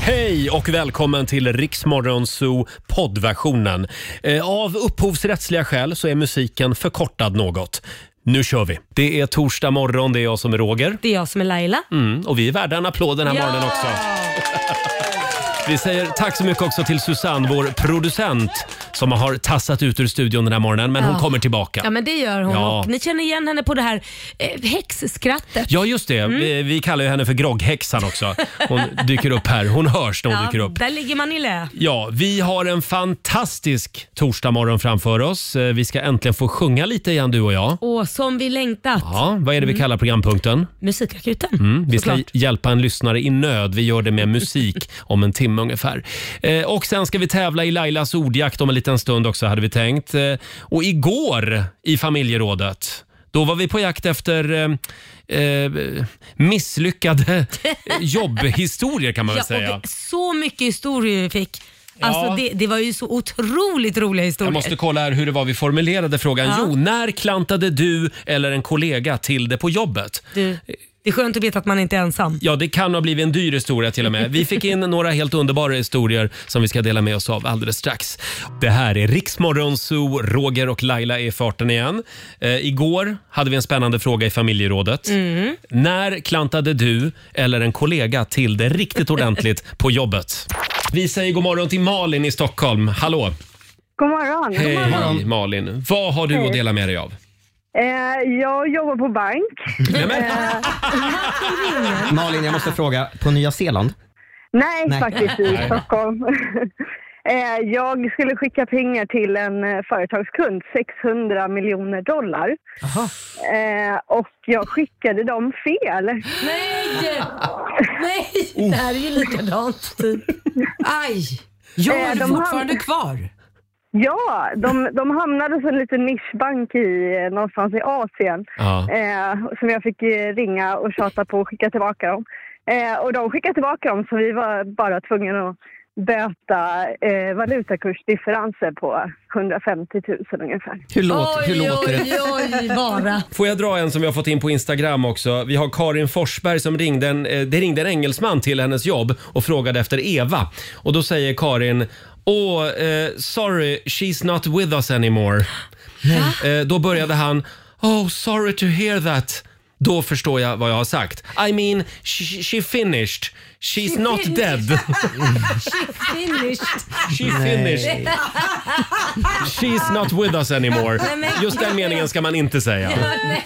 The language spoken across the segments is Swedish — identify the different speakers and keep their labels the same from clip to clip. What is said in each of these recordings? Speaker 1: Hej och välkommen till Riksmorgon Zoo poddversionen. Eh, Av upphovsrättsliga skäl så är musiken förkortad något. Nu kör vi! Det är torsdag morgon, det är jag som är Roger.
Speaker 2: Det är jag som är Laila.
Speaker 1: Mm, och vi är värda en applåd den här
Speaker 2: Ja!
Speaker 1: morgonen också. Vi säger tack så mycket också till Susanne, vår producent, som har tassat ut ur studion den här morgonen, men hon
Speaker 2: Ja.
Speaker 1: kommer tillbaka.
Speaker 2: Ja, men det gör hon.
Speaker 1: Ja.
Speaker 2: Och ni känner igen henne på det här eh, häxskrattet.
Speaker 1: Ja, just det.
Speaker 2: Mm.
Speaker 1: Vi, vi kallar ju henne för grogghäxan också. Hon dyker upp här. Hon hörs när hon
Speaker 2: Ja,
Speaker 1: dyker upp.
Speaker 2: Där ligger man i lä.
Speaker 1: Ja, vi har en fantastisk torsdagmorgon framför oss. Eh, Vi ska äntligen få sjunga lite igen du och jag.
Speaker 2: Och som vi längtat.
Speaker 1: Ja, vad är det vi kallar programpunkten?
Speaker 2: Musikakuten.
Speaker 1: Mm, vi ska
Speaker 2: Mm. Såklart.
Speaker 1: hjälpa en lyssnare i nöd. Vi gör det med musik om en timme ungefär. Eh, och sen ska vi tävla i Lailas ordjakt om en liten stund också hade vi tänkt. Eh, och igår i familjerådet då var vi på jakt efter eh, eh, misslyckade jobbhistorier kan man väl
Speaker 2: Ja,
Speaker 1: säga.
Speaker 2: och det, så mycket historier vi fick. Alltså,
Speaker 1: Ja.
Speaker 2: det, det var ju så otroligt roliga historier.
Speaker 1: Jag måste kolla här hur det var vi formulerade frågan.
Speaker 2: Ja.
Speaker 1: Jo, när klantade du eller en kollega till det på jobbet?
Speaker 2: du, det är skönt att veta att man inte är ensam.
Speaker 1: Ja, det kan ha blivit en dyr historia till och med. Vi fick in några helt underbara historier som vi ska dela med oss av alldeles strax. Det här är Riksmorgon Zoo, Roger och Laila är i farten igen. Eh, igår hade vi en spännande fråga i familjerådet.
Speaker 2: Mm.
Speaker 1: När klantade du eller en kollega till det riktigt ordentligt på jobbet? Vi säger god morgon till Malin i Stockholm. Hallå!
Speaker 3: God morgon.
Speaker 1: Hej, hej Malin! Vad har du att dela med dig av?
Speaker 3: Eh, jag jobbar på bank.
Speaker 1: Nej, men,
Speaker 4: Malin, jag måste fråga. På Nya Zeeland?
Speaker 3: Nej,
Speaker 4: Nej.
Speaker 3: faktiskt i
Speaker 1: Nej.
Speaker 3: Stockholm. eh, jag skulle skicka pengar till en eh, företagskund, 600 miljoner dollar. Eh, och jag skickade dem fel.
Speaker 2: Nej! Nej!
Speaker 1: Oh.
Speaker 2: Det här är ju likadant. typ.
Speaker 5: Aj! Jag
Speaker 3: Eh,
Speaker 5: är
Speaker 3: de
Speaker 5: fortfarande
Speaker 3: har-
Speaker 5: kvar.
Speaker 3: Ja, de, de hamnade hos en liten nischbank i, eh, någonstans i Asien.
Speaker 1: ja.
Speaker 3: Eh, som jag fick eh, ringa och tjata på och skicka tillbaka dem. Eh, och de skickade tillbaka dem så vi var bara tvungna att böta eh, valutakursdifferenser på 150 000 ungefär.
Speaker 4: Hur, låt, hur låter det?
Speaker 2: oj, oj, bara.
Speaker 1: Får jag dra en som vi har fått in på Instagram också? Vi har Karin Forsberg som ringde en, eh, det ringde en engelsman till hennes jobb och frågade efter Eva. Och då säger Karin Åh, eh, sorry, she's not with us anymore. Eh, då började han Oh, sorry to hear that. Då förstår jag vad jag har sagt. I mean, she, she finished. She's not
Speaker 2: finished.
Speaker 1: dead.
Speaker 2: Finished.
Speaker 1: She finished. She's not with us anymore.
Speaker 2: Nej, men-
Speaker 1: Just den meningen ska man inte säga.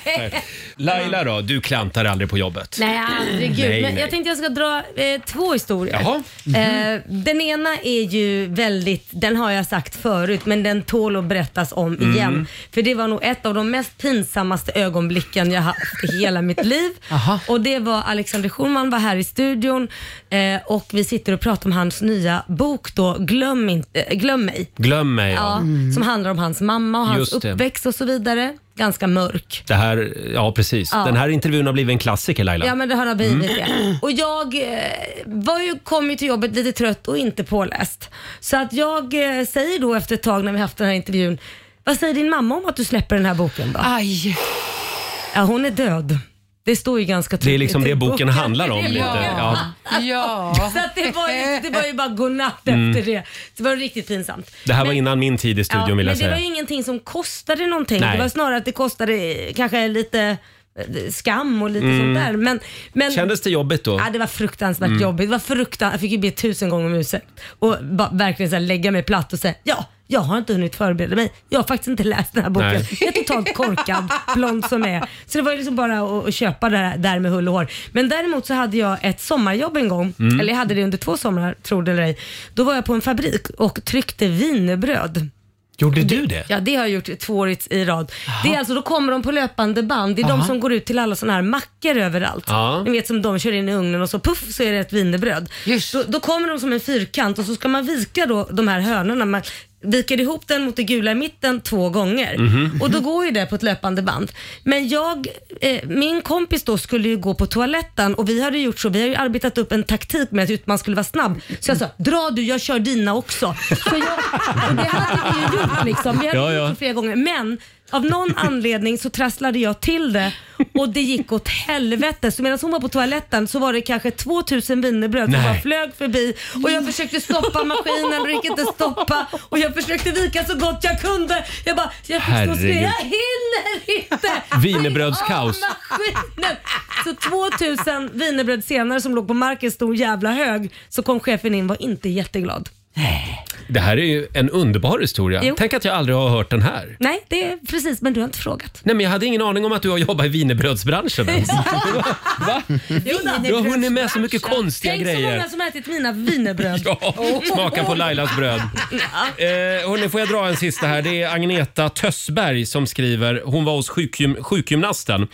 Speaker 1: Nej. Laila då, du klantar aldrig på jobbet.
Speaker 2: Nej, aldrig. Gud.
Speaker 1: Nej,
Speaker 2: Men
Speaker 1: nej.
Speaker 2: jag tänkte jag ska dra eh, två historier.
Speaker 1: Jaha. Mhm.
Speaker 2: Eh, den ena är ju väldigt, den har jag sagt förut, men den tål att berättas om
Speaker 1: Mhm.
Speaker 2: igen. För det var nog ett av de mest pinsammaste ögonblicken jag haft i hela mitt liv.
Speaker 1: Aha.
Speaker 2: Och det var Alexander Schulman var här i studion eh, och vi sitter och pratar om hans nya bok då, Glöm, inte, eh, glöm mig.
Speaker 1: Glöm mig.
Speaker 2: Ja,
Speaker 1: Ja.
Speaker 2: Som handlar om hans mamma och hans
Speaker 1: Mm. Just det.
Speaker 2: uppväxt och så vidare. Ganska mörk.
Speaker 1: Det här, ja precis. Den här intervjun har blivit en klassiker Laila.
Speaker 2: Ja men det har det
Speaker 1: Mm.
Speaker 2: blivit det. Och jag eh, var ju, kom ju till jobbet lite trött och inte påläst. Så att jag eh, säger då efter ett tag när vi haft den här intervjun, vad säger din mamma om att du släpper den här boken då?
Speaker 5: Aj!
Speaker 2: Ja hon är död. Det står ju ganska tydligt
Speaker 1: Det är liksom
Speaker 2: i
Speaker 1: det boken handlar om
Speaker 2: Det är
Speaker 1: lite. Ja.
Speaker 5: Ja.
Speaker 2: Så att det, var ju, det var ju bara godnatt efter det. Det var riktigt pinsamt.
Speaker 1: Det här var innan min tid i Mm. studion vill
Speaker 2: men
Speaker 1: jag
Speaker 2: det var ju
Speaker 1: säga.
Speaker 2: ingenting som kostade någonting.
Speaker 1: Nej.
Speaker 2: Det var snarare att det kostade eh, kanske lite eh, skam och lite
Speaker 1: Mm.
Speaker 2: sånt där. Men, men
Speaker 1: Kändes det jobbigt då? Mm.
Speaker 2: Ja, det var fruktansvärt jobbigt. Det var fruktan jag fick ju be tusen gånger om ursäkt och ba- verkligen så här, lägga mig platt och säga ja, jag har inte hunnit förbereda mig. Jag har faktiskt inte läst den här boken.
Speaker 1: Nej.
Speaker 2: Jag är totalt korkad, blond som jag är. Så det var ju liksom bara att, att köpa det här, där med hull och hår. Men däremot så hade jag ett sommarjobb en gång,
Speaker 1: Mm.
Speaker 2: eller jag hade det under två somrar, tror det eller ej. Då var jag på en fabrik och tryckte wienerbröd.
Speaker 1: Gjorde du det?
Speaker 2: Ja, det har jag gjort två år i- i rad. Det är alltså, då kommer de på löpande band. Det är de som går ut till alla sådana här mackor överallt.
Speaker 1: Ja.
Speaker 2: Ni vet som de kör in i ugnen och så puff så är det ett wienerbröd.
Speaker 5: Just.
Speaker 2: Då, då kommer de som en fyrkant och så ska man vika då de här hönorna. Man viker ihop den mot det gula i mitten två gånger och då går ju det på ett löpande band. Men jag, eh, min kompis då skulle ju gå på toaletten och vi hade gjort så, vi har ju arbetat upp en taktik med att man skulle vara snabb. Så jag sa, dra du, jag kör dina också. Så jag, och det hade vi ju gjort liksom. Vi hade
Speaker 1: Ja, ja.
Speaker 2: gjort det flera gånger. Men av någon anledning så trasslade jag till det och det gick åt helvete. Så medan hon var på toaletten så var det kanske 2000 wienerbröd som
Speaker 1: Nej.
Speaker 2: bara flög förbi och jag försökte stoppa maskinen och det gick inte stoppa och jag försökte vika så gott jag kunde. Jag bara, jag förstår
Speaker 1: Herregud.
Speaker 2: jag hinner inte!
Speaker 1: Wienerbrödskaos.
Speaker 2: Av maskinen. Så 2000 wienerbröd senare som låg på marken stod en jävla hög så kom chefen in var inte jätteglad.
Speaker 1: Det här är ju en underbar historia.
Speaker 2: Jo.
Speaker 1: Tänk att jag aldrig har hört den här.
Speaker 2: Nej, det är precis, men du har inte frågat.
Speaker 1: Nej, men jag hade ingen aning om att du har jobbat i wienerbrödsbranschen ens. Va? Du har hunnit med så mycket konstiga
Speaker 2: Tänk så
Speaker 1: grejer.
Speaker 2: många som ätit mina wienerbröd.
Speaker 1: Ja, smaka på Lailas bröd. Eh, hörni, får jag dra en sista här? Det är Agneta Tössberg som skriver. Hon var hos sjukgym- sjukgymnasten.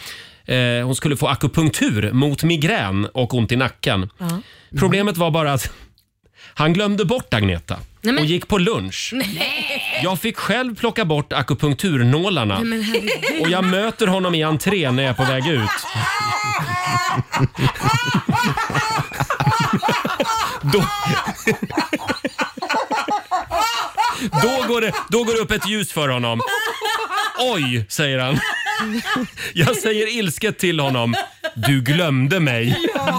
Speaker 1: Eh, hon skulle få akupunktur mot migrän och ont i nacken.
Speaker 2: Ja.
Speaker 1: Problemet var bara att han glömde bort Agneta
Speaker 2: Nej, men-
Speaker 1: och gick på lunch. Jag fick själv plocka bort akupunkturnålarna
Speaker 2: Men herregud.
Speaker 1: och jag möter honom i entrén när jag är på väg ut. Då... Då går, det, då går det upp ett ljus för honom. Oj, säger han. Jag säger ilsket till honom. Du glömde mig.
Speaker 2: Hur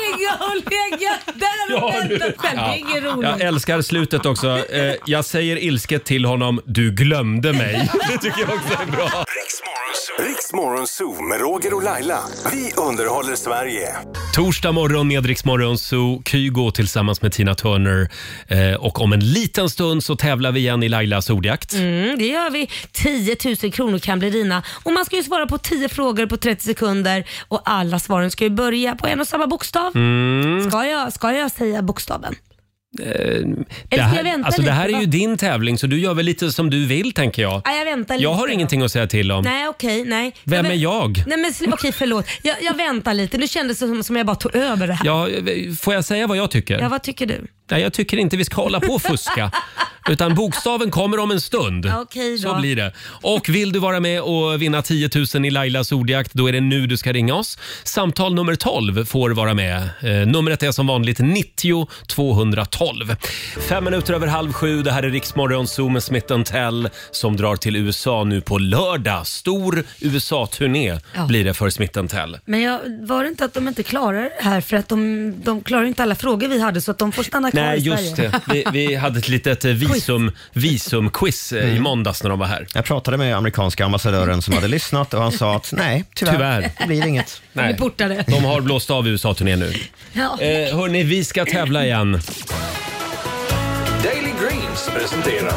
Speaker 2: länge har hon legat där och
Speaker 1: Ja, du.
Speaker 2: väntat själv? Det är ingen
Speaker 1: Jag
Speaker 2: roligt.
Speaker 1: älskar slutet också. Eh, Jag säger ilsket till honom. Du glömde mig. Det tycker jag också är bra.
Speaker 6: Riks Morgonzoo med Roger och Laila. Vi underhåller Sverige.
Speaker 1: Torsdag morgon med Rix Morgon Zoo, Kygo tillsammans med Tina Turner. Eh, och om en liten stund så tävlar vi igen i Lailas ordjakt.
Speaker 2: Mm, det gör vi. 10 000 kronor kan bli dina. Och man ska ju svara på 10 frågor på 30 sekunder och alla svaren ska ju börja på en och samma bokstav. Ska, jag, ska jag säga bokstaven?
Speaker 1: Mm. Eh, Det
Speaker 2: Eller ska jag
Speaker 1: här,
Speaker 2: vänta
Speaker 1: alltså, det
Speaker 2: lite?
Speaker 1: här är
Speaker 2: va?
Speaker 1: ju din tävling så du gör väl lite som du vill tänker jag.
Speaker 2: Ja, jag väntar lite.
Speaker 1: Jag har
Speaker 2: då.
Speaker 1: ingenting att säga till om.
Speaker 2: Nej, okej, nej.
Speaker 1: Vem
Speaker 2: vä-
Speaker 1: är jag?
Speaker 2: Nej, men sl- okej, förlåt. Jag, jag väntar lite. Nu kändes det som, som jag bara tog över det här. Ja.
Speaker 1: Ja, eh, får jag säga vad jag tycker?
Speaker 2: vad tycker du?
Speaker 1: Nej, jag tycker inte vi ska hålla på och fuska. Utan bokstaven kommer om en stund.
Speaker 2: Okej då.
Speaker 1: Så blir det. Och vill du vara med och vinna 10 000 i Lailas ordjakt, då är det nu du ska ringa oss. Samtal nummer 12 får vara med. Eh, numret är som vanligt 90 212. Fem minuter över halv sju, det här är Riksmorgon Zoom med Smith Tell som drar till USA nu på lördag. Stor USA-turné
Speaker 2: Ja.
Speaker 1: blir det för Smith Tell.
Speaker 2: Men jag, var det inte att de inte klarar det här för att de, de klarar inte alla frågor vi hade så att de får stanna kvar
Speaker 1: Nej,
Speaker 2: i Sverige?
Speaker 1: just det. Vi, vi hade ett litet eh, visum, visumquiz eh, i måndags när de var här.
Speaker 4: Jag pratade med amerikanska ambassadören som hade lyssnat och han sa att nej, tyvärr,
Speaker 1: Tyvärr.
Speaker 4: det blir inget.
Speaker 2: De är portade.
Speaker 1: De har blåst av USA-turnén nu.
Speaker 2: Ja.
Speaker 1: Eh, hörni, vi ska tävla igen.
Speaker 6: Daily Greens presenterar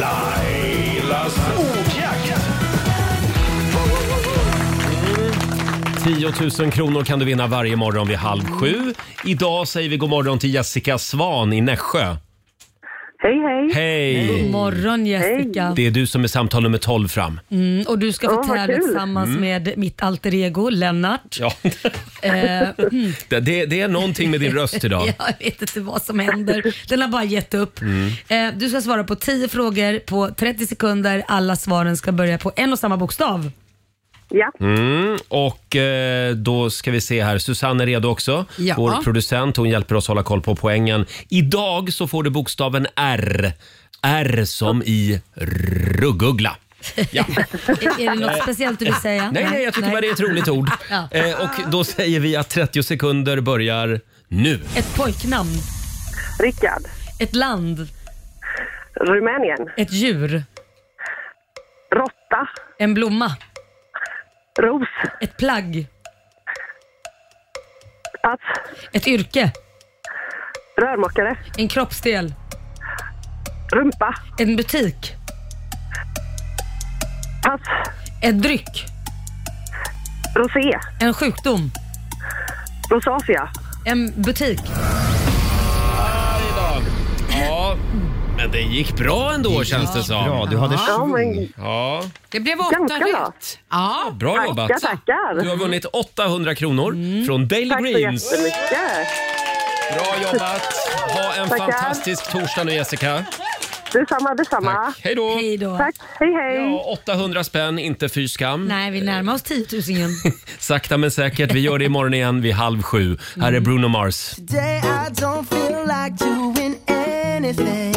Speaker 6: Lailas ordjakt.
Speaker 1: 10 000 kronor kan du vinna varje morgon vid halv sju. Idag säger vi god morgon till Jessica Svan i Nässjö.
Speaker 3: Hej, hej.
Speaker 1: Hej!
Speaker 2: God morgon Jessica.
Speaker 1: Det är du som är samtal nummer 12 fram.
Speaker 2: Mm, och du ska få
Speaker 3: Åh, vad
Speaker 2: tävla
Speaker 3: kul.
Speaker 2: tillsammans
Speaker 1: Mm.
Speaker 2: med mitt alter ego Lennart.
Speaker 1: Ja.
Speaker 2: Eh,
Speaker 1: Det, det, det är någonting med din röst idag. Mm.
Speaker 2: Jag vet inte vad som händer. Den har bara gett upp. Eh, du ska svara på 10 frågor på 30 sekunder. Alla svaren ska börja på en och samma bokstav.
Speaker 3: Ja.
Speaker 1: Mm, och eh, då ska vi se här. Susanne är redo också.
Speaker 5: Ja.
Speaker 1: Vår producent. Hon hjälper oss hålla koll på poängen. Idag så får du bokstaven R. R som i ruggugla. Ja.
Speaker 2: Är, är det något speciellt du vill säga?
Speaker 1: Nej, nej, jag tycker bara det är ett roligt ord.
Speaker 2: Ja.
Speaker 1: Eh, och då säger vi att 30 sekunder börjar nu.
Speaker 2: Ett pojknamn,
Speaker 3: Rickard.
Speaker 2: ett land,
Speaker 3: Rumänien.
Speaker 2: ett djur,
Speaker 3: Råtta.
Speaker 2: en blomma,
Speaker 3: Ros.
Speaker 2: ett plagg,
Speaker 3: Pass.
Speaker 2: ett yrke,
Speaker 3: Rörmokare.
Speaker 2: en kroppsdel,
Speaker 3: Rumpa.
Speaker 2: en butik,
Speaker 3: Pass.
Speaker 2: en dryck,
Speaker 3: Rosé.
Speaker 2: en sjukdom,
Speaker 3: Rosacea.
Speaker 2: en butik.
Speaker 1: Ja, men det gick bra ändå känns det som.
Speaker 4: Bra, du hade
Speaker 3: Ja,
Speaker 4: schvung.
Speaker 3: men
Speaker 1: Ja,
Speaker 5: Det blev
Speaker 3: Ganska
Speaker 5: åtta
Speaker 3: bra.
Speaker 5: rätt. Ja.
Speaker 1: bra jobbat.
Speaker 3: tackar,
Speaker 1: Du
Speaker 3: tackar.
Speaker 1: har vunnit 800 kronor
Speaker 2: Mm.
Speaker 1: från Daily
Speaker 3: Tack så
Speaker 1: Greens.
Speaker 3: jättemycket.
Speaker 1: Bra jobbat. Ha en
Speaker 3: Tackar.
Speaker 1: fantastisk torsdag nu Jessica.
Speaker 3: Detsamma, detsamma.
Speaker 1: Hej då.
Speaker 2: Hej då.
Speaker 3: Tack. Hej, hej.
Speaker 1: Ja, 800 spänn, inte fy skam.
Speaker 2: Nej, vi närmar oss 10 000 igen.
Speaker 1: Sakta men säkert. Vi gör det imorgon igen vid halv sju. Här är Bruno Mars.
Speaker 7: Today I don't feel like doing anything.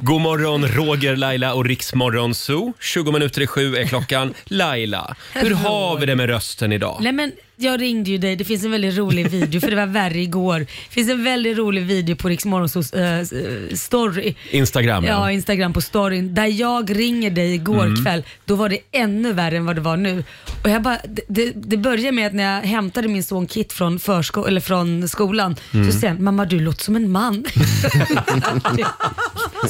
Speaker 1: God morgon, Roger, Laila och Riksmorgon Zoo. 20 minuter i sju är klockan. Laila, hur har vi det med rösten idag?
Speaker 2: Nej men jag ringde ju dig, det finns en väldigt rolig video för det var värre igår. Det finns en väldigt rolig video på Rix Morgonzoos, eh, story.
Speaker 1: Instagram,
Speaker 2: Ja,
Speaker 1: ja. Mm.
Speaker 2: Instagram på storyn. Där jag ringer dig igår kväll, då var det ännu värre än vad det var nu. Och jag bara, det- det, det började med att när jag hämtade min son Kit från, försko, eller från skolan,
Speaker 1: Mm.
Speaker 2: så säger han “Mamma du låter som en man”.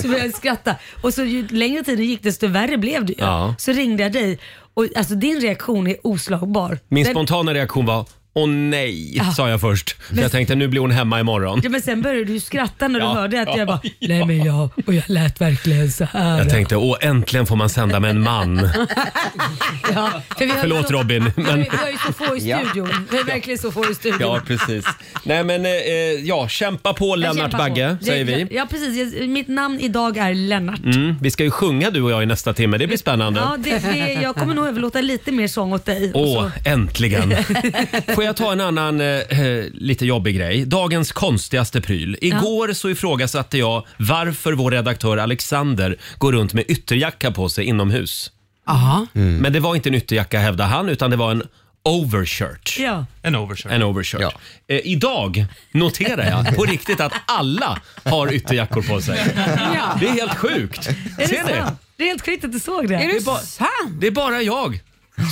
Speaker 2: så började jag skratta. Och så ju längre tiden gick desto värre blev det ju.
Speaker 1: Ja.
Speaker 2: Så ringde jag dig och alltså din reaktion är oslagbar.
Speaker 1: Min
Speaker 2: Den-
Speaker 1: spontana reaktion var Åh nej, sa jag först. För jag tänkte nu blir hon hemma imorgon.
Speaker 2: Ja, men sen började du skratta när du
Speaker 1: Ja,
Speaker 2: hörde att
Speaker 1: ja,
Speaker 2: jag bara,
Speaker 1: ja.
Speaker 2: nej men jag, och jag lät verkligen så här.
Speaker 1: Jag tänkte, åh äntligen får man sända med en man.
Speaker 2: Ja, för vi har
Speaker 1: Förlåt,
Speaker 2: så,
Speaker 1: Robin,
Speaker 2: för
Speaker 1: men-
Speaker 2: Vi, vi har ju så få i
Speaker 4: Ja.
Speaker 2: studion. Vi är verkligen så få i studion.
Speaker 1: Ja, precis. Nej men, eh, ja, kämpa på
Speaker 2: Jag
Speaker 1: Lennart
Speaker 2: kämpar
Speaker 1: Bagge,
Speaker 2: på. mm.
Speaker 1: säger
Speaker 2: Ja,
Speaker 1: vi.
Speaker 2: Ja precis, Jag- mitt namn idag är Lennart.
Speaker 1: Mm, vi ska ju sjunga du och jag i nästa timme, det blir spännande.
Speaker 2: Ja, det, det, jag kommer nog överlåta lite mer sång åt dig. Och
Speaker 1: Åh,
Speaker 2: så-
Speaker 1: äntligen! Får jag ta en annan eh, eh, lite jobbig grej? Dagens konstigaste pryl. Igår så ifrågasatte jag varför vår redaktör Alexander går runt med ytterjacka på sig inomhus.
Speaker 5: Ja.
Speaker 1: Men det var inte en ytterjacka hävdade han, utan det var en overshirt.
Speaker 2: Ja.
Speaker 7: En overshirt.
Speaker 1: En overshirt. Eh, idag noterar jag på riktigt att alla har ytterjackor på sig.
Speaker 5: ja.
Speaker 1: Det är helt sjukt.
Speaker 2: Är
Speaker 1: Ser
Speaker 2: det
Speaker 1: ni?
Speaker 2: sant? Det är helt sjukt att du såg
Speaker 5: Är
Speaker 2: det.
Speaker 5: det,
Speaker 1: är bara-
Speaker 5: sant?
Speaker 1: Det är bara jag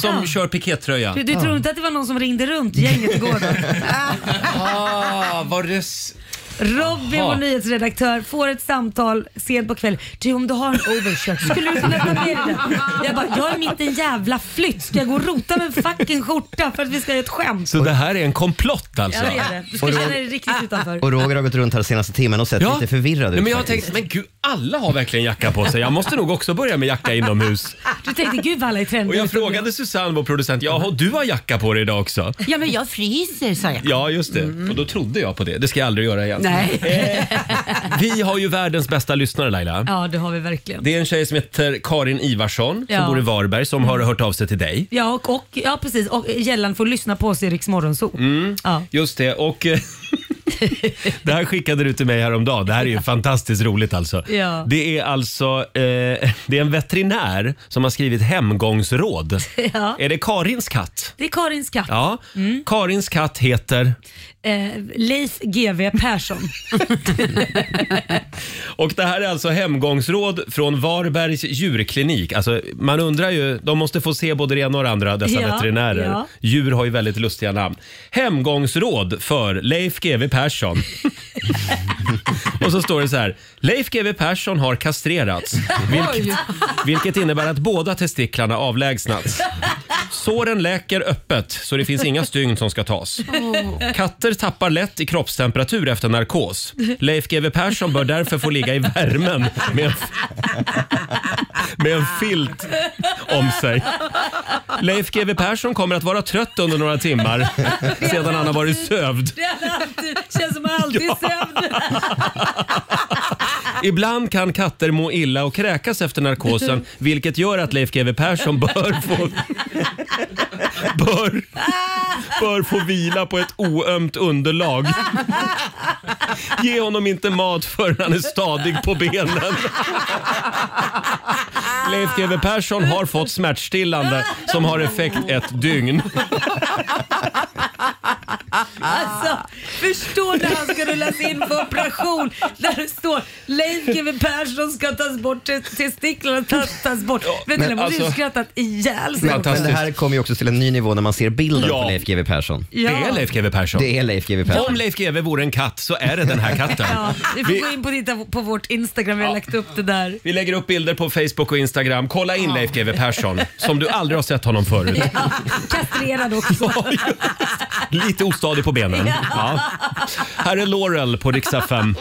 Speaker 1: som kör pikétröja.
Speaker 2: Du, du tror inte att det var någon som ringde runt gänget igår då?
Speaker 1: Ah, var det... s-
Speaker 2: Robin,
Speaker 1: Jaha.
Speaker 2: vår nyhetsredaktör, får ett samtal sent på kvällen. Du, om du har en overshirt, skulle du kunna ta med dig den? Jag bara, jag är mitt i en jävla flytt. Ska jag gå och rota med en fucking skjorta för att vi ska göra ett skämt?
Speaker 1: Så det här är en komplott
Speaker 2: Ja,
Speaker 1: alltså?
Speaker 2: det är det. Du ska
Speaker 4: Och då-
Speaker 2: känna dig
Speaker 5: Ah,
Speaker 2: riktigt utanför.
Speaker 4: Och Roger har gått runt här senaste timmen och sett lite förvirrad
Speaker 1: Nej,
Speaker 4: ut
Speaker 1: men jag har tänkt,
Speaker 4: faktiskt.
Speaker 1: men gud, alla har verkligen jacka på sig. Jag måste nog också börja med jacka inomhus.
Speaker 2: Du tänkte, gud vad alla är
Speaker 1: Och
Speaker 2: trendiga.
Speaker 1: jag frågade Susanne, vår producent, jaha, du har jacka på dig idag också?
Speaker 5: Ja, men jag fryser sa jag.
Speaker 1: Ja, just det.
Speaker 2: Mm.
Speaker 1: Och då trodde jag på det. Det ska jag aldrig göra igen.
Speaker 5: Nej.
Speaker 1: Vi har ju världens bästa lyssnare, Laila.
Speaker 2: Ja, det har vi verkligen.
Speaker 1: Det är en tjej som heter Karin Ivarsson som
Speaker 2: Ja.
Speaker 1: bor i Varberg som har hört av sig till dig.
Speaker 2: Ja, och, och, ja precis. Och Gällan får lyssna på oss i Rix Morgonzoo.
Speaker 5: Mm.
Speaker 2: Ja.
Speaker 1: Just det, och eh, det här skickade du till mig häromdagen. Det här är ju fantastiskt roligt alltså.
Speaker 2: Ja.
Speaker 1: Det är alltså eh, det är en veterinär som har skrivit hemgångsråd.
Speaker 2: Ja. Mm.
Speaker 1: Är det Karins katt?
Speaker 2: Det är Karins katt,
Speaker 1: Ja. Karins katt heter...
Speaker 2: eh, Leif GW Persson.
Speaker 1: Och det här är alltså hemgångsråd från Varbergs djurklinik. Alltså, man undrar ju, de måste få se både det ena och det andra, dessa
Speaker 2: Ja,
Speaker 1: veterinärer.
Speaker 2: ja.
Speaker 1: Djur har ju väldigt lustiga namn. Hemgångsråd för Leif GW Persson. och så står det så här. Leif GW Persson har kastrerats,
Speaker 5: Oj.
Speaker 1: vilket innebär att båda testiklarna avlägsnats. Såren läker öppet, så det finns inga stygn som ska tas. Katter tappar lätt i kroppstemperatur efter narkos. Leif GW Persson bör därför få ligga i värmen med en, med en filt om sig. Leif GW Persson kommer att vara trött under några timmar sedan han har varit sövd.
Speaker 2: Det är alltid, känns som han alltid är sömn.
Speaker 1: Ibland kan katter må illa och kräkas efter narkosen vilket gör att Leif GW Persson bör få, bör, bör få vila på ett oömt underlag. Ge honom inte mat förrän han är stadig på benen. Leif GW Persson har fått smärtstillande som har effekt ett dygn.
Speaker 2: Alltså, förstå när han ska rullas in på operation där det står Leif GW Persson ska tas bort, te- testiklarna tas, tas bort. Vet du,
Speaker 1: men
Speaker 2: jag måste ju
Speaker 1: alltså-
Speaker 2: skrattat ihjäl sig.
Speaker 4: Men, men det här kommer ju också till en ny nivå när man ser bilden
Speaker 1: Ja.
Speaker 4: på Leif GW Persson.
Speaker 1: Det är Leif GW Persson.
Speaker 4: Det är Leif GW
Speaker 1: Om
Speaker 4: Persson.
Speaker 1: Leif GW vore en katt så är det den här katten.
Speaker 2: Ja, vi får
Speaker 1: Vi-
Speaker 2: gå in på, titta på vårt Instagram, vi har lagt upp det där.
Speaker 1: Vi lägger upp bilder på Facebook och Instagram. Kolla in Leif GW Persson, som du aldrig har sett honom förut.
Speaker 2: Ja, kastrerad också.
Speaker 1: Lite ostadig på benen. Ja. Här är Laurel på Riksdag 5.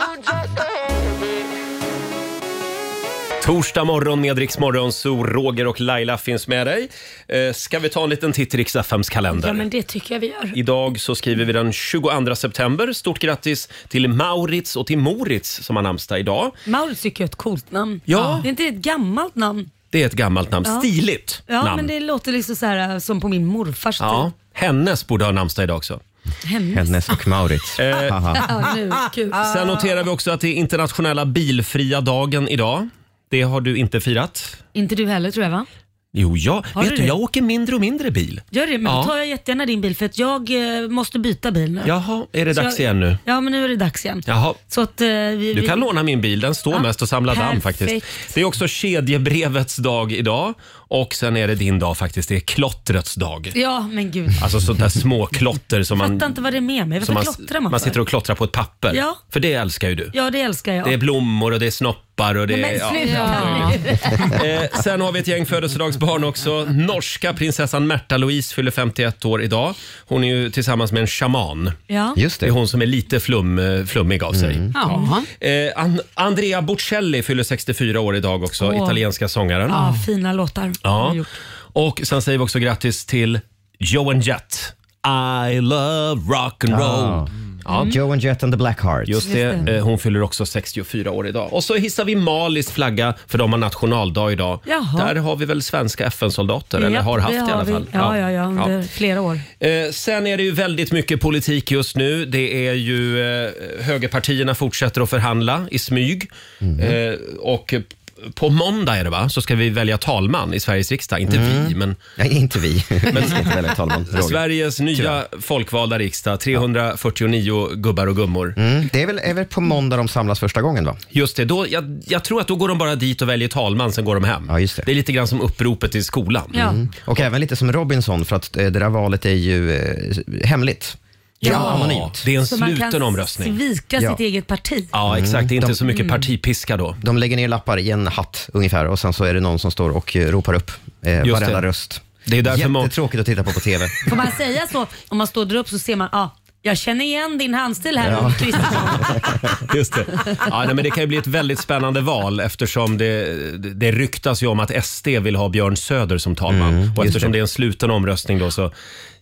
Speaker 1: Torsdag morgon med Rix Morgon, så Roger och Laila finns med dig. Eh, Ska vi ta en liten titt i Riksdag 5s kalender?
Speaker 2: Ja men det tycker jag vi gör.
Speaker 1: Idag så skriver vi den 22 september. Stort grattis till Maurits och till Moritz som har namnsdag idag.
Speaker 2: Maurits tycker jag är ett coolt namn.
Speaker 1: Ja.
Speaker 2: Det är inte ett gammalt namn.
Speaker 1: Det är ett gammalt namn.
Speaker 2: Ja.
Speaker 1: Stiligt
Speaker 2: Ja
Speaker 1: namn.
Speaker 2: men det låter liksom så här äh, som på min morfars
Speaker 1: Ja,
Speaker 2: tid.
Speaker 1: hennes borde ha namnsdag idag också.
Speaker 4: Hednes och Maurits. Haha.
Speaker 2: Ja, nu. Kul.
Speaker 1: Sen noterar vi också att det är internationella bilfria dagen idag. Det har du inte firat.
Speaker 7: Inte du heller tror jag va?
Speaker 1: Jo, jag,
Speaker 7: Har
Speaker 1: vet
Speaker 7: du
Speaker 1: du,
Speaker 7: det?
Speaker 1: jag åker mindre och mindre bil.
Speaker 2: Gör det, men
Speaker 1: Ja.
Speaker 2: då tar jag jättegärna din bil för att jag eh, måste byta bil nu.
Speaker 1: Jaha, är det
Speaker 2: Så
Speaker 1: dags
Speaker 2: jag-
Speaker 1: igen nu?
Speaker 2: Ja, men nu är det dags igen.
Speaker 1: Jaha.
Speaker 2: Så att, eh, vi,
Speaker 1: Du
Speaker 2: vi-
Speaker 1: kan låna min bil, den står
Speaker 2: Ja,
Speaker 1: mest och samlar damm
Speaker 2: perfekt.
Speaker 1: faktiskt. Det är också kedjebrevets dag idag och sen är det din dag faktiskt, det är klottrets dag.
Speaker 2: Ja, men gud.
Speaker 1: Alltså sånt där småklotter som
Speaker 2: Jag
Speaker 1: man,
Speaker 2: fattar inte vad det är med mig.
Speaker 1: som
Speaker 2: Varför
Speaker 1: man,
Speaker 2: klottrar man,
Speaker 1: man
Speaker 2: för?
Speaker 1: sitter och klottrar på ett papper.
Speaker 2: Ja.
Speaker 1: För det älskar ju du.
Speaker 2: Ja, det älskar jag.
Speaker 1: Det är blommor och det är snoppar och det
Speaker 2: Nej,
Speaker 1: är...
Speaker 2: men
Speaker 1: ja.
Speaker 2: sluta
Speaker 7: Ja.
Speaker 2: nu.
Speaker 1: Eh, sen har vi ett gäng födelsedagsbarn också. Norska prinsessan Märta Louise fyller 51 år idag. Hon är ju tillsammans med en shaman.
Speaker 2: Ja.
Speaker 4: Just
Speaker 1: Det är
Speaker 4: det. Mm.
Speaker 1: hon som är lite flum, eh, flummig av sig.
Speaker 5: Ja.
Speaker 1: Eh, An- Andrea Bocelli fyller 64 år idag också,
Speaker 2: Åh.
Speaker 1: italienska sångaren.
Speaker 2: ja, fina låtar.
Speaker 1: Ja. Och sen säger vi också grattis till Joan Jett. I love rock and roll.
Speaker 4: Ah. Joe and Jet and the Blackhearts.
Speaker 1: Just det, eh, hon fyller också 64 år idag. Och så hissar vi Malis flagga för de har nationaldag idag.
Speaker 2: Jaha.
Speaker 1: Där har vi väl svenska FN-soldater, eller
Speaker 2: Ja,
Speaker 1: har haft
Speaker 2: det
Speaker 1: i alla
Speaker 2: vi.
Speaker 1: fall.
Speaker 2: Ja, ja, ja, under flera år.
Speaker 1: Eh, sen är det ju väldigt mycket politik just nu. Det är ju eh, högerpartierna fortsätter att förhandla i smyg. Eh, och eh, på måndag är det va, så ska vi välja talman i Sveriges riksdag. Inte vi, men
Speaker 4: Nej, inte vi. vi ska inte välja talman. Roger.
Speaker 1: Sveriges nya folkvalda riksdag. 349 gubbar och gummor.
Speaker 4: Mm, det är väl, är väl på måndag de samlas första gången va?
Speaker 1: Just det, då, jag, jag tror att då går de bara dit och väljer talman, sen går de hem.
Speaker 4: Ja, just det.
Speaker 1: är lite grann som uppropet i skolan.
Speaker 2: Ja.
Speaker 4: Och även lite som Robinson för att eh, det där valet är ju eh, hemligt.
Speaker 1: Ja,
Speaker 4: Anonymt.
Speaker 1: det är en
Speaker 2: Så man
Speaker 1: sluten
Speaker 2: kan
Speaker 1: omröstning.
Speaker 2: svika Mm.
Speaker 4: Ja.
Speaker 2: sitt eget parti.
Speaker 1: Ja, exakt. Det är inte så mycket partipiska då.
Speaker 4: De lägger ner lappar i en hatt ungefär och sen så är det någon som står och eh, ropar upp eh,
Speaker 1: Just
Speaker 4: varenda
Speaker 1: det.
Speaker 4: röst.
Speaker 1: Det är därför många-
Speaker 4: Jättetråkigt att titta på på TV.
Speaker 2: Får man säga så? Om man står där upp så ser man, ja, jag känner igen din handstil här Ulf Kristersson.
Speaker 1: Just det. Ja, nej, men det kan ju bli ett väldigt spännande val eftersom det, det ryktas ju om att SD vill ha Björn Söder som talman.
Speaker 4: Mm,
Speaker 1: och eftersom det. är en sluten omröstning då så,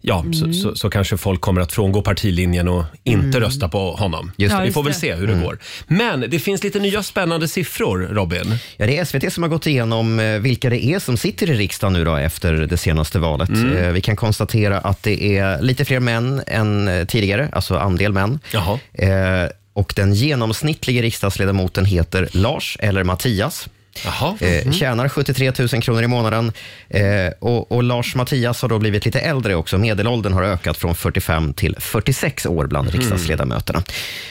Speaker 1: ja,
Speaker 2: Mm.
Speaker 1: så, så, så kanske folk kommer att frångå partilinjen och inte rösta på honom.
Speaker 4: Just det. Mm.
Speaker 1: Vi får väl
Speaker 2: det.
Speaker 1: se hur det går. Men det finns lite nya spännande siffror, Robin.
Speaker 4: Ja, det är SVT som har gått igenom eh, vilka det är som sitter i riksdagen nu då efter det senaste valet.
Speaker 1: Mm.
Speaker 4: Eh, Vi kan konstatera att det är lite fler män än eh, tidigare, alltså andel män.
Speaker 1: Jaha.
Speaker 4: Eh, Och den genomsnittliga riksdagsledamoten heter Lars eller Mattias.
Speaker 1: Jaha.
Speaker 4: Eh, tjänar 73 000 kronor i månaden. Eh, och, och Lars Mattias har då blivit lite äldre också. Medelåldern har ökat från 45 till 46 år bland
Speaker 1: Mhm.
Speaker 4: riksdagsledamöterna.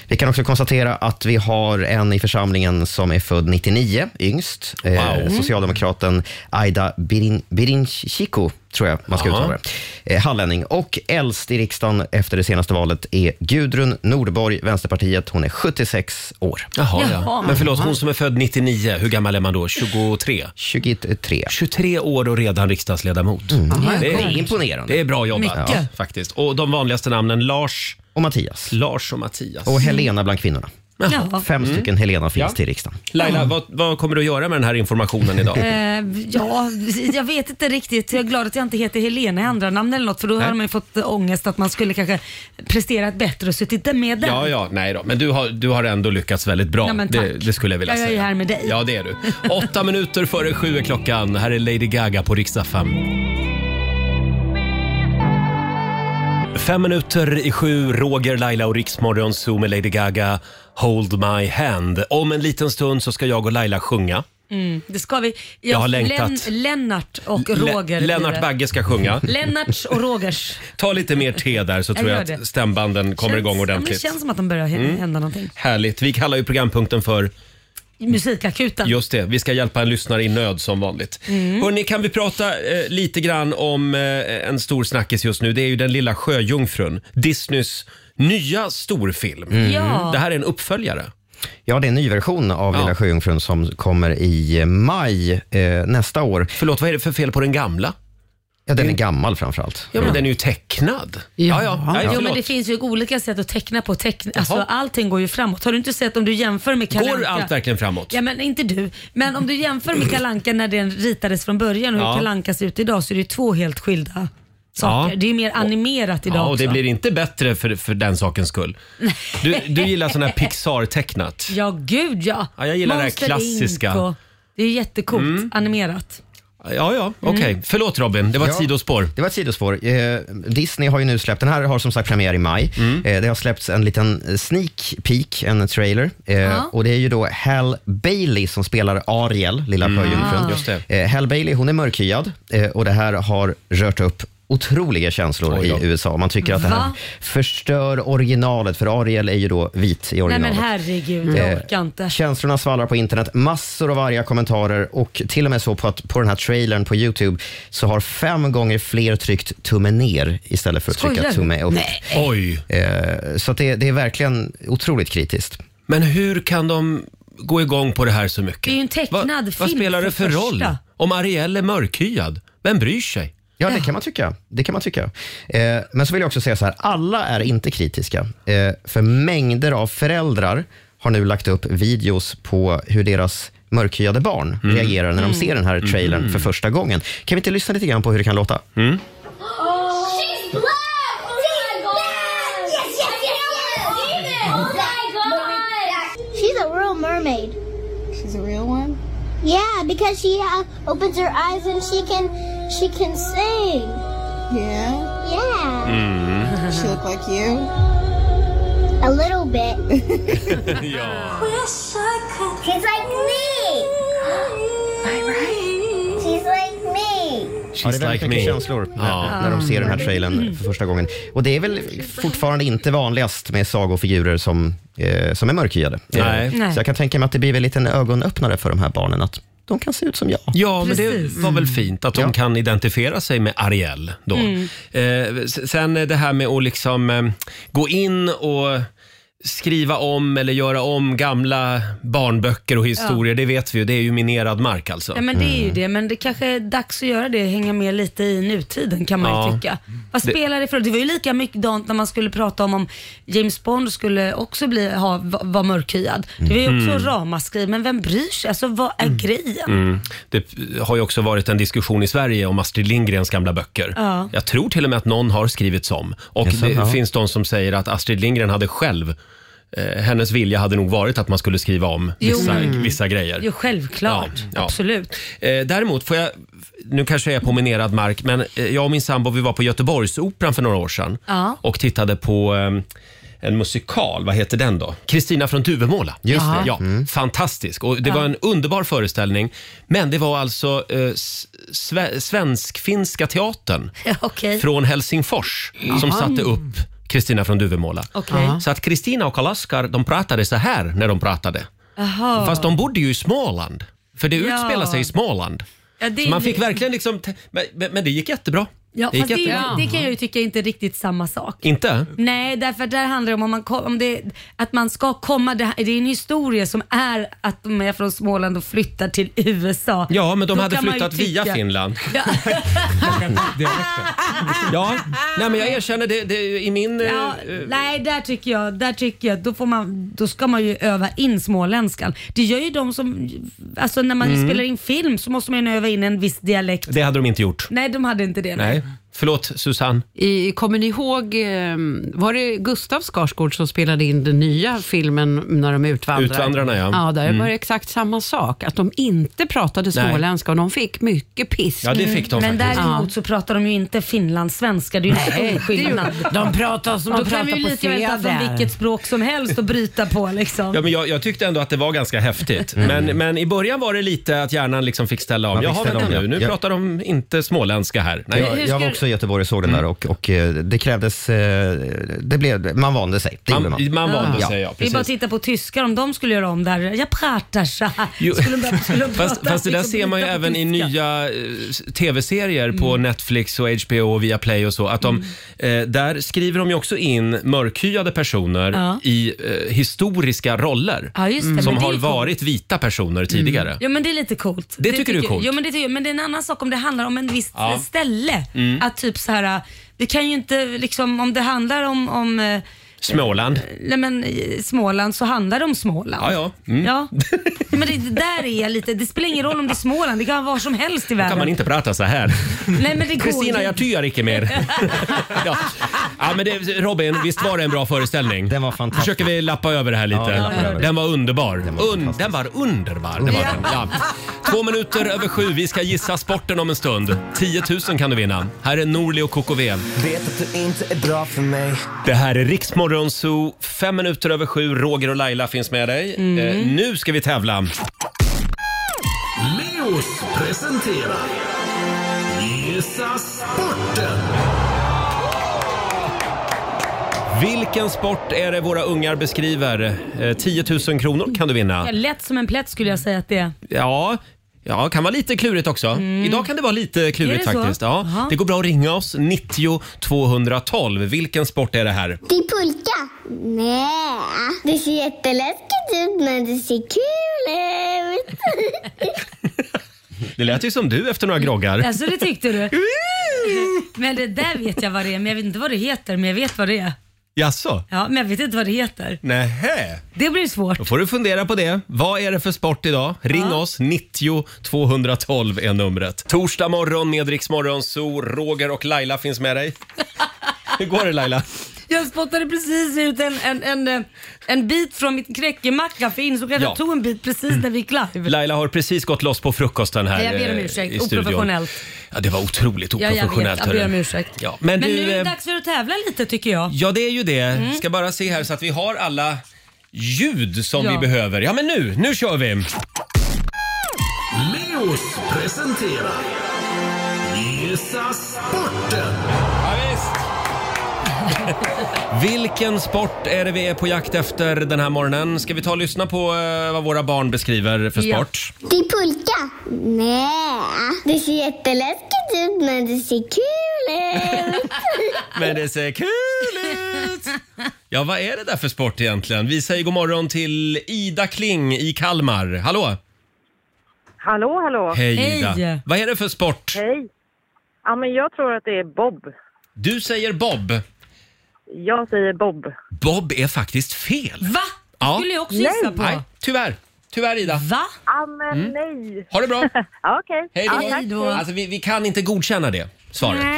Speaker 4: Vi kan också konstatera att vi har en i församlingen som är född 99, yngst. Eh,
Speaker 1: Wow. Mm.
Speaker 4: Socialdemokraten Aida Birin, Birinchiku, tror jag man ska
Speaker 1: Aha.
Speaker 4: uttala det. Eh, hallänning. Och äldst i riksdagen efter det senaste valet är Gudrun Nordborg, Vänsterpartiet. Hon är 76 år.
Speaker 1: Jaha, ja.
Speaker 2: Jaha.
Speaker 1: Men förlåt, hon som är född 99, hur gammal är man då? 23?
Speaker 4: 23.
Speaker 1: 23 år och redan riksdagsledamot. Det,
Speaker 4: Det är
Speaker 1: är,
Speaker 4: imponerande.
Speaker 1: det är bra jobbat
Speaker 2: Mycket.
Speaker 1: faktiskt. Och de vanligaste namnen Lars,
Speaker 4: Och Mattias.
Speaker 1: Lars och Mattias.
Speaker 4: Och Helena bland kvinnorna.
Speaker 2: Ja.
Speaker 4: Fem stycken Helena finns
Speaker 1: Ja.
Speaker 4: till riksdagen.
Speaker 1: Laila, vad, vad kommer du att göra med den här informationen idag?
Speaker 2: Eh, ja, jag vet inte riktigt. Jag är glad att jag inte heter Helena i andra namn eller något för då
Speaker 1: Nej.
Speaker 2: har man ju fått ångest att man skulle kanske presterat bättre och suttit där med den.
Speaker 1: Ja, ja, nej då. Men du har, du har ändå lyckats väldigt bra.
Speaker 2: Ja, men tack.
Speaker 1: det, det skulle jag vilja
Speaker 2: Jag är
Speaker 1: säga.
Speaker 2: ju här med dig.
Speaker 1: Ja, det är du. Åtta minuter före sju är klockan. Här är Lady Gaga på riksdag 5. Fem minuter i sju, Roger, Laila och Riksmorgon Zoo med Lady Gaga, Hold My Hand. Om en liten stund så ska jag och Laila sjunga.
Speaker 2: Mm, det ska vi. Jag,
Speaker 1: har längtat.
Speaker 2: Lennart och
Speaker 1: Le-
Speaker 2: Roger. blir
Speaker 1: Lennart
Speaker 2: det.
Speaker 1: Bagge ska sjunga.
Speaker 2: Lennarts och Rogers.
Speaker 1: Ta lite mer te där så tror
Speaker 2: gör
Speaker 1: jag
Speaker 2: det.
Speaker 1: att stämbanden kommer
Speaker 2: Känns-
Speaker 1: igång
Speaker 2: ja, men Det
Speaker 1: ordentligt. Mm.
Speaker 2: känns som att de börjar hä- hända någonting.
Speaker 1: Härligt. Vi kallar ju programpunkten för
Speaker 2: Musikakuten.
Speaker 1: Just det, vi ska hjälpa en lyssnare i nöd som vanligt. Hörrni, kan vi prata eh, lite grann om eh, en stor snackis just nu? Det är ju Den lilla sjöjungfrun, Disneys nya storfilm.
Speaker 2: Ja.
Speaker 1: Det här är en uppföljare.
Speaker 4: Ja, det är en ny version av
Speaker 1: Ja.
Speaker 4: Lilla Sjöjungfrun som kommer i maj eh, nästa år.
Speaker 1: Förlåt, vad är det för fel på den gamla?
Speaker 4: Ja, den är gammal framför allt.
Speaker 1: Ja, men den är ju tecknad.
Speaker 5: Ja.
Speaker 1: Nej,
Speaker 2: Jo, men
Speaker 1: förlåt.
Speaker 2: det finns ju olika sätt att teckna på. Teckna, alltså,
Speaker 1: Jaha.
Speaker 2: allting går ju framåt. Har du inte sett om du jämför med Kalle
Speaker 1: Går
Speaker 2: Anka-
Speaker 1: allt verkligen framåt?
Speaker 2: Ja men inte du. Men om du jämför med Kalanka när den ritades från början och hur
Speaker 1: Ja.
Speaker 2: Kalle Anka ser ut idag så är det ju två helt skilda saker.
Speaker 1: Ja.
Speaker 2: Det är mer animerat idag
Speaker 1: Ja, och det
Speaker 2: också.
Speaker 1: blir inte bättre för, för den sakens skull. Du, du gillar sån här Pixar-tecknat.
Speaker 2: Ja gud ja.
Speaker 1: Ja, jag gillar det här
Speaker 2: Monster
Speaker 1: klassiska.
Speaker 2: Inc. och- Det är jättecoolt animerat.
Speaker 1: Ja, ja, okej.
Speaker 2: Mm.
Speaker 1: Förlåt Robin, det var ett
Speaker 4: Ja.
Speaker 1: sidospår.
Speaker 4: Det var ett sidospår. Eh, Disney har ju nu släppt, den här har som sagt premiär i maj.
Speaker 1: Mm.
Speaker 4: Eh, det har släppts en liten eh, sneak peek, en trailer. Eh,
Speaker 5: Ja.
Speaker 4: Och det är ju då Hal Bailey som spelar Ariel, lilla sjöjungfrun.
Speaker 1: Mm. Just det.
Speaker 4: Eh, Hal Bailey, hon är mörkhyad eh, och det här har rört upp otroliga känslor
Speaker 1: Oj då.
Speaker 4: i USA. Man tycker att det här
Speaker 2: Va?
Speaker 4: förstör originalet, för Ariel är ju då vit i
Speaker 2: Nej
Speaker 4: originalet.
Speaker 2: men herregud, jag
Speaker 4: Eh,
Speaker 2: orkar inte.
Speaker 4: Känslorna svallar på internet, massor av arga kommentarer och till och med så på att på den här trailern på Youtube så har fem gånger fler tryckt tummen ner istället för att
Speaker 2: Skojar
Speaker 4: trycka
Speaker 2: du?
Speaker 4: tumme upp.
Speaker 1: Oj.
Speaker 4: Eh, Så att det, det är verkligen otroligt kritiskt.
Speaker 1: Men hur kan de gå igång på det här så mycket?
Speaker 2: Det är ju en tecknad film
Speaker 1: Vad spelar det för
Speaker 2: för
Speaker 1: roll
Speaker 2: första.
Speaker 1: om Ariel är mörkhyad? Vem bryr sig?
Speaker 4: Ja, det kan man tycka. Det kan man tycka. Eh, Men så vill jag också säga så här, alla är inte kritiska. Eh, För mängder av föräldrar har nu lagt upp videos på hur deras mörkhyade barn reagerar när de ser den här trailern för första gången. Kan vi inte lyssna lite grann på hur det kan låta?
Speaker 7: She's black! Oh my god! Yes, yes, yes, yes! Oh my Oh god! She's a real mermaid.
Speaker 8: She's a real one?
Speaker 7: Yeah, because she uh, opens her eyes and she can she can sing.
Speaker 8: Yeah.
Speaker 7: Yeah,
Speaker 8: Does she look like you?
Speaker 7: a little bit.
Speaker 1: Ja.
Speaker 7: She's like me. She's like me.
Speaker 1: She's
Speaker 4: Ja, det är väldigt
Speaker 1: like
Speaker 4: mycket
Speaker 1: me.
Speaker 4: känslor när,
Speaker 1: Ja.
Speaker 4: när de ser den här trailern för första gången. Och det är väl fortfarande inte vanligast med sagofigurer som, eh, som är mörkhyade.
Speaker 1: Nej.
Speaker 4: Eh, Så jag kan tänka mig att det blir väl en liten ögonöppnare för de här barnen att de kan se ut som jag.
Speaker 1: Ja, men
Speaker 2: Precis.
Speaker 1: det var väl fint att de kan identifiera sig med Ariel då.
Speaker 2: Mm.
Speaker 1: Eh, s- sen det här med att liksom eh, gå in och skriva om eller göra om gamla barnböcker och historier, det vet vi ju. Det är ju minerad mark alltså.
Speaker 2: Ja, men det är ju det, men det kanske är dags att göra det, hänga med lite i nutiden kan man
Speaker 1: Ja.
Speaker 2: ju tycka. Vad spelar det för roll? Det var ju lika mycket dant när man skulle prata om om James Bond skulle också bli, ha, va- vara mörkhyad. Det var ju också
Speaker 1: Mm.
Speaker 2: ramaskri, men vem bryr sig? Alltså vad är grejen?
Speaker 1: Det har ju också varit en diskussion i Sverige om Astrid Lindgrens gamla böcker.
Speaker 2: Ja.
Speaker 1: Jag tror till och med att någon har skrivits om. Och
Speaker 4: Jaså,
Speaker 1: det
Speaker 4: ja.
Speaker 1: finns de som säger att Astrid Lindgren hade själv eh, hennes vilja hade nog varit att man skulle skriva om
Speaker 2: Jo,
Speaker 1: vissa,
Speaker 2: men-
Speaker 1: vissa grejer.
Speaker 2: Jo, självklart.
Speaker 1: Ja, ja.
Speaker 2: Absolut.
Speaker 1: Eh, däremot får jag, nu kanske jag är på minerad mark, men eh, jag och min sambo vi var på Göteborgsoperan för några år sedan
Speaker 2: Ja.
Speaker 1: och tittade på eh, en musikal, vad heter den då? Kristina från Duvemåla. Just
Speaker 4: det.
Speaker 1: Ja, Fantastisk. Och det var en underbar föreställning. Men det var alltså eh, s- sve- Svensk-finska teatern
Speaker 2: Ja, Okej.
Speaker 1: från Helsingfors som satte upp Kristina från Duvemåla.
Speaker 2: Okej.
Speaker 1: Så att Kristina och Karl-Oskar de pratade så här när de pratade.
Speaker 2: Jaha.
Speaker 1: Fast de bodde ju i Småland. För det
Speaker 2: Ja.
Speaker 1: utspelar sig i Småland.
Speaker 2: Ja, det,
Speaker 1: Så man fick verkligen liksom... te- Men, men men det gick jättebra.
Speaker 2: Ja,
Speaker 1: det
Speaker 2: fast
Speaker 1: gick
Speaker 2: det,
Speaker 1: jättebra.
Speaker 2: är- det kan jag ju tycka är inte riktigt samma sak.
Speaker 1: Inte?
Speaker 2: Nej, därför att där handlar det om, om, man, ko- om det, att man ska komma, det, här- det är en historia som är att de är från Småland och flyttar till USA.
Speaker 1: Ja, men de
Speaker 2: Då
Speaker 1: hade
Speaker 2: kan man
Speaker 1: flyttat
Speaker 2: ju tycka-
Speaker 1: via Finland.
Speaker 2: Ja,
Speaker 1: Ja, nej men jag erkänner det, det i min... eh,
Speaker 2: ja,
Speaker 1: eh,
Speaker 2: nej, där tycker jag, där tycker jag då, får man, då ska man ju öva in småländskan. Det gör ju de som, alltså när man
Speaker 1: Mm.
Speaker 2: spelar in film så måste man ju öva in en viss dialekt.
Speaker 1: det hade de inte gjort.
Speaker 2: Nej, de hade inte det.
Speaker 1: Nej. Förlåt Susanne.
Speaker 5: I, kommer ni ihåg, eh, var det Gustav Skarsgård som spelade in den nya filmen när de utvandrar?
Speaker 1: Utvandrarna, ja.
Speaker 5: Ja, där var det exakt samma sak. Att de inte pratade småländska och de fick mycket pisk.
Speaker 1: Ja, det fick de
Speaker 2: Mm. Men
Speaker 1: faktiskt.
Speaker 2: däremot så pratar de ju inte finlandssvenska, det är ju en stor skillnad.
Speaker 5: De pratar som
Speaker 2: Då
Speaker 5: de
Speaker 2: kan
Speaker 5: pratar
Speaker 2: vi ju
Speaker 5: på
Speaker 2: lika väl ta
Speaker 5: Söder.
Speaker 2: från vilket språk som helst och bryta på liksom.
Speaker 1: Ja, men jag, jag tyckte ändå att det var ganska häftigt. Men, men i början var det lite att hjärnan liksom fick ställa om.
Speaker 4: Man fick
Speaker 1: Jaha,
Speaker 4: ställa
Speaker 1: vänta
Speaker 4: om, ja.
Speaker 1: nu. Nu
Speaker 4: Ja.
Speaker 1: pratar de inte småländska här. Nej.
Speaker 2: hur
Speaker 4: Jag, jag var
Speaker 2: ska-
Speaker 4: också i Göteborg och såg den där
Speaker 1: Mm.
Speaker 4: och, och eh, det krävdes, eh, det blev, man vande sig. Det gjorde
Speaker 1: Man,
Speaker 4: man.
Speaker 1: man vande
Speaker 4: Ja.
Speaker 1: sig, ja.
Speaker 2: Vi bara
Speaker 1: Precis.
Speaker 2: titta på tyskar om de skulle göra om där. Jag pratar så här.
Speaker 1: Jo.
Speaker 2: Skulle de bara- skulle de
Speaker 1: Fast,
Speaker 2: prata
Speaker 1: fast det där
Speaker 2: liksom
Speaker 1: ser man ju
Speaker 2: bryta på
Speaker 1: även i
Speaker 2: tyska?
Speaker 1: nya eh, s- tv-serier på Netflix och HBO och Viaplay och så. Att de, eh, där skriver de ju också in mörkhyade personer
Speaker 2: Ja.
Speaker 1: i eh, historiska roller.
Speaker 2: Ja, just det. Men
Speaker 1: Mm. Som
Speaker 2: det är
Speaker 1: har
Speaker 2: coolt.
Speaker 1: varit vita personer tidigare.
Speaker 2: Jo men det är lite coolt.
Speaker 1: Det tycker du är coolt?
Speaker 2: Jo men det, tycker jag. men det är en annan sak om det handlar om en viss
Speaker 1: Ja. Mm.
Speaker 2: ställe. Att typ så här, vi kan ju inte liksom om det handlar om, om eh,
Speaker 1: Småland.
Speaker 2: nej men, i Småland så handlar det om
Speaker 1: Ja,
Speaker 2: Småland.
Speaker 1: ja. Mm.
Speaker 2: Ja. Men det, det där är jag lite, det spelar ingen roll om det är Småland, det kan vara var som helst i världen.
Speaker 1: Kan man inte prata så här?
Speaker 2: Nej men det går
Speaker 1: Kristina,
Speaker 2: ju
Speaker 1: jag tyar icke mer. ja. ja, men det, Robin, visst var det en bra föreställning?
Speaker 4: Den var fantastisk.
Speaker 1: försöker vi lappa över det här lite.
Speaker 4: Ja, vi lappar över.
Speaker 1: den var underbar. Den
Speaker 4: var
Speaker 1: var, Un, den var underbar. Den var den. Ja. Två minuter över sju. Vi ska gissa sporten om en stund. 10 000 kan du vinna. Här är Norli och KKV.
Speaker 9: Vet att du inte är bra för mig.
Speaker 1: Det här är Riksmorgon Zoo. Fem minuter över sju. Roger och Laila finns med dig.
Speaker 2: Mm.
Speaker 1: Eh, nu ska vi tävla.
Speaker 10: Leos presenterar Gissa sporten.
Speaker 1: Vilken sport är det våra ungar beskriver? Eh, 10 000 kronor kan du vinna.
Speaker 2: Ja, lätt som en plätt skulle jag säga att det är.
Speaker 1: Ja, ja kan vara lite klurigt också. Idag kan det vara lite klurigt
Speaker 2: Mm. Är det så?
Speaker 1: faktiskt. Ja,
Speaker 2: Jaha.
Speaker 1: det går bra att ringa oss. 90 212. Vilken sport är det här?
Speaker 7: Det är pulka. Nej, det ser jätteläskigt ut men det ser kul ut.
Speaker 1: Det lät ju som du efter några groggar.
Speaker 2: Alltså det tyckte du? men det där vet jag vad det är, men jag vet inte vad det heter, men jag vet vad det är.
Speaker 1: Jaså?
Speaker 2: Ja, men jag vet inte vad det heter.
Speaker 1: Nähä?
Speaker 2: Det blir svårt.
Speaker 1: Då får du fundera på det. Vad är det för sport idag? Ring oss, 90 212 är numret. Torsdag morgon med Rix Morgon, så Roger och Laila finns med dig. Hur går det Laila?
Speaker 2: Jag spottade precis ut en, en, en, eh, en bit från mitt kräckemacka för jag insåg att
Speaker 1: Ja. Mm.
Speaker 2: jag tog en bit precis när vi gick live.
Speaker 1: Laila har precis gått loss på frukosten här
Speaker 2: Jag ber om
Speaker 1: eh,
Speaker 2: ursäkt.
Speaker 1: i studion.
Speaker 2: Oprofessionellt.
Speaker 1: Ja, det var otroligt
Speaker 2: Ja, jag vet.
Speaker 1: oprofessionellt.
Speaker 2: Jag ber om
Speaker 1: hörru.
Speaker 2: ursäkt.
Speaker 1: Ja, men
Speaker 2: men
Speaker 1: du,
Speaker 2: nu är det
Speaker 1: eh,
Speaker 2: dags för att tävla lite tycker jag.
Speaker 1: Ja, det är ju det.
Speaker 2: Mm.
Speaker 1: Ska bara se här så att vi har alla ljud som
Speaker 2: Ja.
Speaker 1: vi behöver. Ja, men nu, nu kör vi!
Speaker 10: Leos presenterar Gissa sporten.
Speaker 1: Vilken sport är det vi är på jakt efter den här morgonen? Ska vi ta och lyssna på eh, vad våra barn beskriver för
Speaker 2: Ja.
Speaker 1: sport?
Speaker 7: Det är pulka. Nej, det ser jätteläskigt ut men det ser kul ut.
Speaker 1: Men det ser kul ut! Ja, vad är det där för sport egentligen? Vi säger god morgon till Ida Kling i Kalmar. Hallå!
Speaker 3: Hallå, hallå.
Speaker 1: Hej Ida!
Speaker 2: Hej.
Speaker 1: Vad är det för sport?
Speaker 3: Hej. Ja, men jag tror att det är Bob.
Speaker 1: Du säger Bob.
Speaker 3: Jag säger Bob.
Speaker 1: Bob är faktiskt fel.
Speaker 2: Va?
Speaker 1: Ja.
Speaker 2: Skulle jag också gissa på.
Speaker 1: Nej, tyvärr. Tyvärr Ida.
Speaker 2: Va?
Speaker 3: Ja, men nej.
Speaker 1: Ha det bra!
Speaker 3: Ja, okej.
Speaker 1: Hej
Speaker 2: Ja, tack. Hej
Speaker 1: då!
Speaker 2: då.
Speaker 1: Alltså, vi, vi kan inte godkänna det svaret.
Speaker 2: Nej.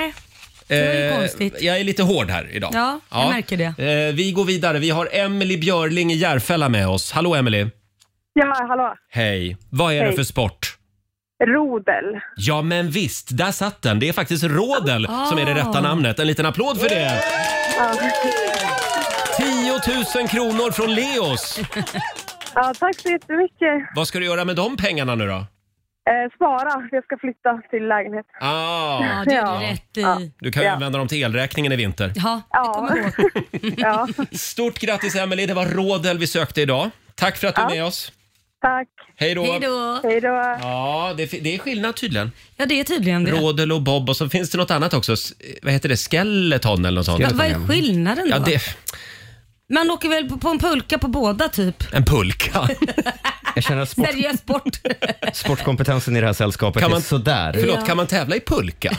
Speaker 2: var ju
Speaker 1: Eh,
Speaker 2: konstigt.
Speaker 1: jag är lite hård här idag.
Speaker 2: Ja, jag märker det.
Speaker 1: Eh, vi går vidare. Vi har Emily Björling i Järfälla med oss. Hallå Emily.
Speaker 3: Ja, hallå.
Speaker 1: Hej. Vad är det
Speaker 3: Hej.
Speaker 1: för sport?
Speaker 3: Rodel.
Speaker 1: Ja men visst, där satt den. Det är faktiskt rodel som är det
Speaker 2: Ah.
Speaker 1: rätta namnet. En liten applåd för det! 10 000 kronor från Leos.
Speaker 3: Ja, tack så jättemycket.
Speaker 1: Vad ska du göra med de pengarna nu då?
Speaker 3: Eh, spara. Jag ska flytta till lägenhet.
Speaker 1: Ah,
Speaker 2: Ja, det
Speaker 3: Ja.
Speaker 2: är rätt i.
Speaker 1: du kan ju
Speaker 3: Ja.
Speaker 1: använda dem till elräkningen i vinter.
Speaker 2: Ja, det
Speaker 3: Ja.
Speaker 2: kommer jag ihåg.
Speaker 3: Ja,
Speaker 1: Stort grattis Emelie, det var rodel vi sökte idag. Tack för att du är med oss.
Speaker 3: tack.
Speaker 1: Hej då!
Speaker 2: Hej då.
Speaker 3: Hej då.
Speaker 1: Ja, det, fi- det är skillnad tydligen.
Speaker 2: Ja, det är tydligen det.
Speaker 1: Rodel och bob och så finns det något annat också. S- Vad heter det? Skeleton eller något sånt?
Speaker 2: Men vad är skillnaden då?
Speaker 1: Ja, det,
Speaker 2: Man åker väl på, på en pulka på båda typ?
Speaker 1: en pulka.
Speaker 4: Jag känner att sport,
Speaker 2: Seriös sport.
Speaker 4: sportkompetensen i det här sällskapet
Speaker 1: Kan
Speaker 4: är
Speaker 1: man-
Speaker 4: sådär.
Speaker 1: Förlåt, kan man tävla i pulka?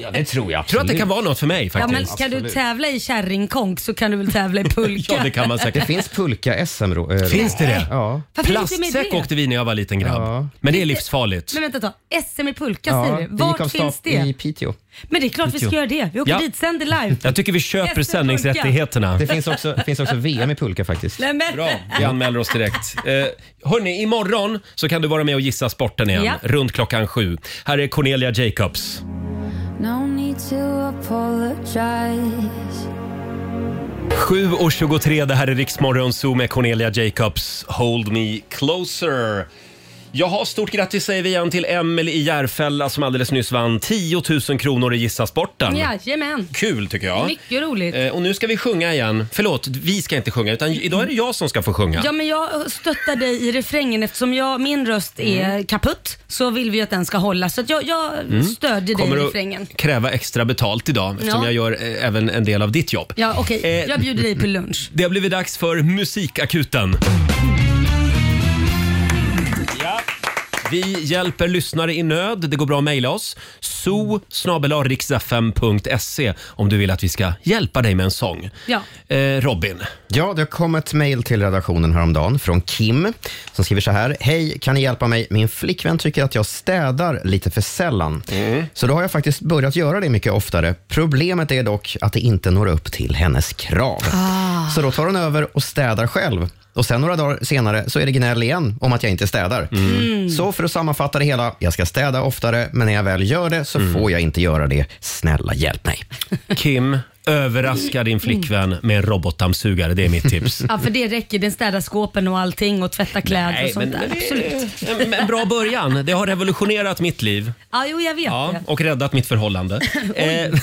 Speaker 4: Ja, det tror jag.
Speaker 1: Jag tror att det kan vara något för mig
Speaker 2: Ja, men
Speaker 1: faktiskt.
Speaker 2: kan du tävla i kärringkonk så kan du väl tävla i pulka?
Speaker 1: Ja, det kan man
Speaker 4: Det
Speaker 1: säkert.
Speaker 4: finns pulka-SM. Ro- eh,
Speaker 1: Finns det det?
Speaker 4: Ja.
Speaker 2: Varför är det inte med
Speaker 1: Plastsäck
Speaker 2: det?
Speaker 1: åkte vi när jag var liten grabb.
Speaker 4: Ja.
Speaker 1: Men det är livsfarligt.
Speaker 2: Men vänta ett tag. SM i pulka
Speaker 4: Ja,
Speaker 2: säger du.
Speaker 4: det gick av
Speaker 2: Vart
Speaker 4: stapeln
Speaker 2: finns det?
Speaker 4: I Piteå.
Speaker 2: Men det är klart vi ska göra det. Vi åker
Speaker 1: Ja.
Speaker 2: dit, sänder live.
Speaker 1: Jag tycker vi köper
Speaker 2: SM-pulka.
Speaker 1: sändningsrättigheterna.
Speaker 4: Det finns också, finns också VM i pulka faktiskt.
Speaker 2: Nej, men,
Speaker 1: Bra, vi anmäler oss direkt. Eh, hörni, imorgon så kan du vara med och gissa sporten igen.
Speaker 2: Ja.
Speaker 1: Runt klockan sju. Här är Cornelia Jacobs.
Speaker 11: No need to apologize.
Speaker 1: 7.23, det här är Riksmorgon Zoo med Cornelia Jacobs. Hold me closer. Jaha, stort grattis säger vi igen till Emil i Järfälla som alldeles nyss vann 10 000 kronor i Gissa sporten.
Speaker 2: Jajamän.
Speaker 1: Kul tycker jag.
Speaker 2: Mycket roligt.
Speaker 1: Eh, och nu ska vi sjunga igen. Förlåt, vi ska inte sjunga utan idag är det jag som ska få sjunga.
Speaker 2: Ja, men jag stöttar dig i refrängen eftersom jag, min röst är
Speaker 1: Mm.
Speaker 2: kaputt så vill vi att den ska hålla. Så att jag, jag stödjer dig i
Speaker 1: Kommer
Speaker 2: refrängen.
Speaker 1: att kräva extra betalt idag eftersom
Speaker 2: Ja.
Speaker 1: jag gör eh, även en del av ditt jobb.
Speaker 2: Ja, okej.
Speaker 1: Eh,
Speaker 2: Jag bjuder dig på lunch.
Speaker 1: Det har blivit dags för Musikakuten. Ja. Vi hjälper lyssnare i nöd. Det går bra att mejla oss. so om du vill att vi ska hjälpa dig med en sång.
Speaker 2: Ja.
Speaker 1: Eh, Robin.
Speaker 4: Ja, det har kommit ett mejl till redaktionen häromdagen från Kim som skriver så här. Hej, kan ni hjälpa mig? Min flickvän tycker att jag städar lite för sällan.
Speaker 2: Mm.
Speaker 4: Så då har jag faktiskt
Speaker 2: Ah.
Speaker 4: börjat göra det mycket oftare. Problemet är dock att det inte når upp till hennes krav. Så då tar hon över och städar själv. Och sen några dagar senare så är det gnäll igen om att jag inte städar.
Speaker 12: Mm.
Speaker 4: Så för att sammanfatta det hela, jag ska städa oftare, men när jag väl gör det så
Speaker 2: Mm.
Speaker 4: får jag inte göra det. Snälla hjälp mig.
Speaker 1: Kim, överraska din flickvän med en robotdammsugare. Det är mitt tips.
Speaker 2: Ja, för det räcker. Den städar skåpen och allting och tvättar kläder
Speaker 1: Nej,
Speaker 2: och sånt
Speaker 1: men-
Speaker 2: där.
Speaker 1: men
Speaker 2: Absolut.
Speaker 1: En, en bra början. Det har revolutionerat mitt liv.
Speaker 2: Ja, jo, jag vet
Speaker 1: Ja,
Speaker 2: det.
Speaker 1: och räddat mitt förhållande. Eh,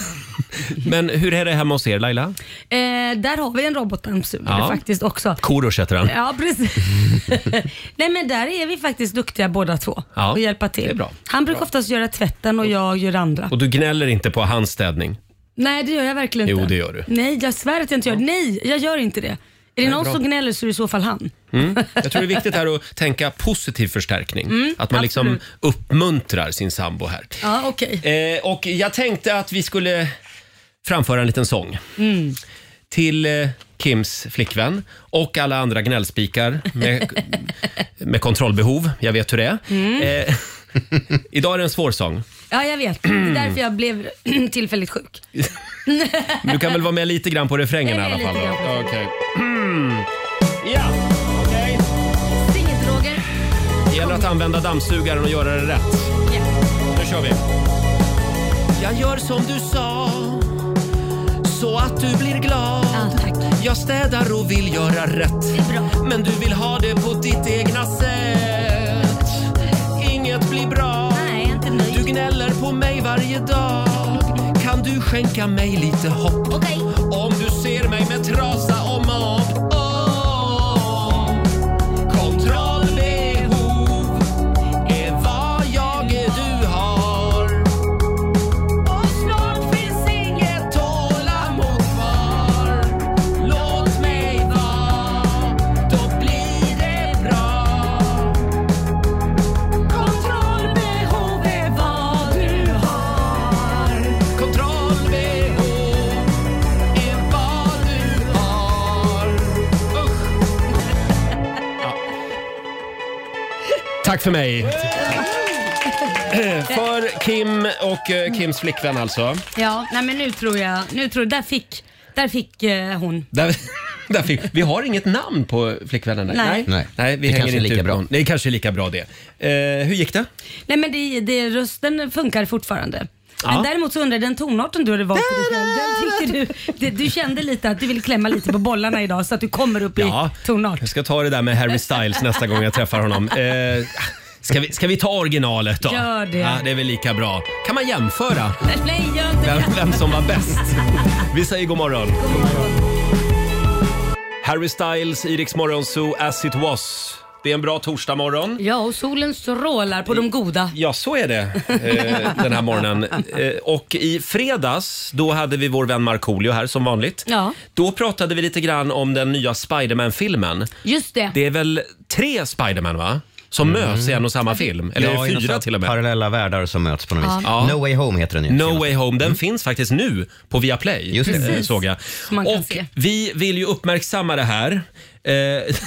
Speaker 1: men hur är det hemma hos er Laila?
Speaker 2: Eh, där har vi en robotdammsugare
Speaker 1: Ja.
Speaker 2: faktiskt också.
Speaker 1: Korosh heter han.
Speaker 2: Ja, precis. Nej, men där är vi faktiskt duktiga båda två
Speaker 1: Ja,
Speaker 2: och hjälpa till.
Speaker 1: det är bra.
Speaker 2: Han brukar
Speaker 1: Bra.
Speaker 2: oftast göra tvätten och jag gör andra.
Speaker 1: Och du gnäller inte på hans städning?
Speaker 2: Nej, det gör jag verkligen inte.
Speaker 1: Jo, det gör du.
Speaker 2: Nej, jag svär att jag inte gör det. Nej, jag gör inte det. Är det
Speaker 1: Nej,
Speaker 2: någon
Speaker 1: bra.
Speaker 2: som gnäller så är det i så fall han.
Speaker 1: Mm. Jag tror det är viktigt här att tänka positiv förstärkning.
Speaker 2: Mm,
Speaker 1: att man liksom
Speaker 2: absolut.
Speaker 1: uppmuntrar sin sambo här.
Speaker 2: Ja, okej.
Speaker 1: Eh, och jag tänkte att vi skulle framföra en liten sång
Speaker 2: Mm.
Speaker 1: till eh, Kims flickvän och alla andra gnällspikar med, med kontrollbehov. Jag vet hur det är.
Speaker 2: Mm.
Speaker 1: Eh, idag är det en svår sång.
Speaker 2: Ja, jag vet. Det är därför jag blev tillfälligt sjuk.
Speaker 1: Du kan väl vara med lite grann på refrängen i
Speaker 2: Jag är
Speaker 1: alla
Speaker 2: lite
Speaker 1: fall?
Speaker 2: grann på
Speaker 1: Då. Okej. Mm.
Speaker 2: Ja,
Speaker 1: okej.
Speaker 2: Sing it, Roger.
Speaker 1: Det gäller att använda dammsugaren och göra det rätt. Nu kör vi. Jag gör som du sa så att du blir glad. Jag städar och vill göra rätt. Men du vill ha det på ditt egna sätt. Inget blir bra. Du gnäller på mig varje dag. Kan du skänka mig lite hopp? Om du ser mig med trasa och mobb. Åh, Kontrollbehov är vad jag du har. Och snart finns inget tålamod kvar. Låt mig vara, då blir det bra. Kontrollbehov är vad du har. Kontrollbehov är vad du har. Usch. Tack för mig. För Kim och eh, Kims flickvän alltså.
Speaker 2: Ja, nej men nu tror jag, nu tror där fick, där fick eh, hon.
Speaker 1: Där, där fick, vi har inget namn på flickvännen. där.
Speaker 2: Nej.
Speaker 1: Nej.
Speaker 2: Nej.
Speaker 1: Nej, vi
Speaker 4: Det
Speaker 1: hänger
Speaker 4: kanske är
Speaker 1: inte
Speaker 4: lika
Speaker 1: ut
Speaker 4: bra.
Speaker 1: någon. Det är kanske är lika bra det. Eh, hur gick det?
Speaker 2: Nej men det, det, rösten funkar fortfarande.
Speaker 1: Ja.
Speaker 2: Men däremot så undrar jag, den tonarten du hade valt för dig själv, den tyckte du, det, du kände lite att du ville klämma lite på bollarna idag så att du kommer upp i
Speaker 1: Ja.
Speaker 2: tonart.
Speaker 1: Jag ska ta det där med Harry Styles nästa gång jag träffar honom. Eh, ska, vi, ska vi ta originalet då?
Speaker 2: Gör det.
Speaker 1: Ja, det är väl lika bra. Kan man jämföra
Speaker 2: Nej, gör inte
Speaker 1: vem,
Speaker 2: det.
Speaker 1: vem som var bäst? Vi säger god morgon. Harry Styles, Iriks morgonzoo, As it was. Det är en bra torsdagmorgon.
Speaker 2: Ja, och solen strålar på de goda.
Speaker 1: Ja, så är det eh, den här morgonen. Eh, och i fredags, då hade vi vår vän Markoolio här som vanligt.
Speaker 2: Ja,
Speaker 1: Då pratade vi lite grann om den nya Spiderman-filmen.
Speaker 2: just det.
Speaker 1: Det är väl tre Spiderman, va? Som möts i en och samma film. Eller
Speaker 4: Ja, i någon
Speaker 1: fyra
Speaker 4: sorts
Speaker 1: till och med.
Speaker 4: Parallella världar som möts på något
Speaker 2: Ja.
Speaker 4: vis.
Speaker 1: Ja.
Speaker 4: No Way Home heter den ju.
Speaker 1: No Way Home, den finns faktiskt nu på Viaplay.
Speaker 4: Just det.
Speaker 1: eh,
Speaker 4: Precis.
Speaker 1: Såg jag.
Speaker 2: Som man kan
Speaker 1: och
Speaker 2: se.
Speaker 1: vi vill ju uppmärksamma det här. Eh,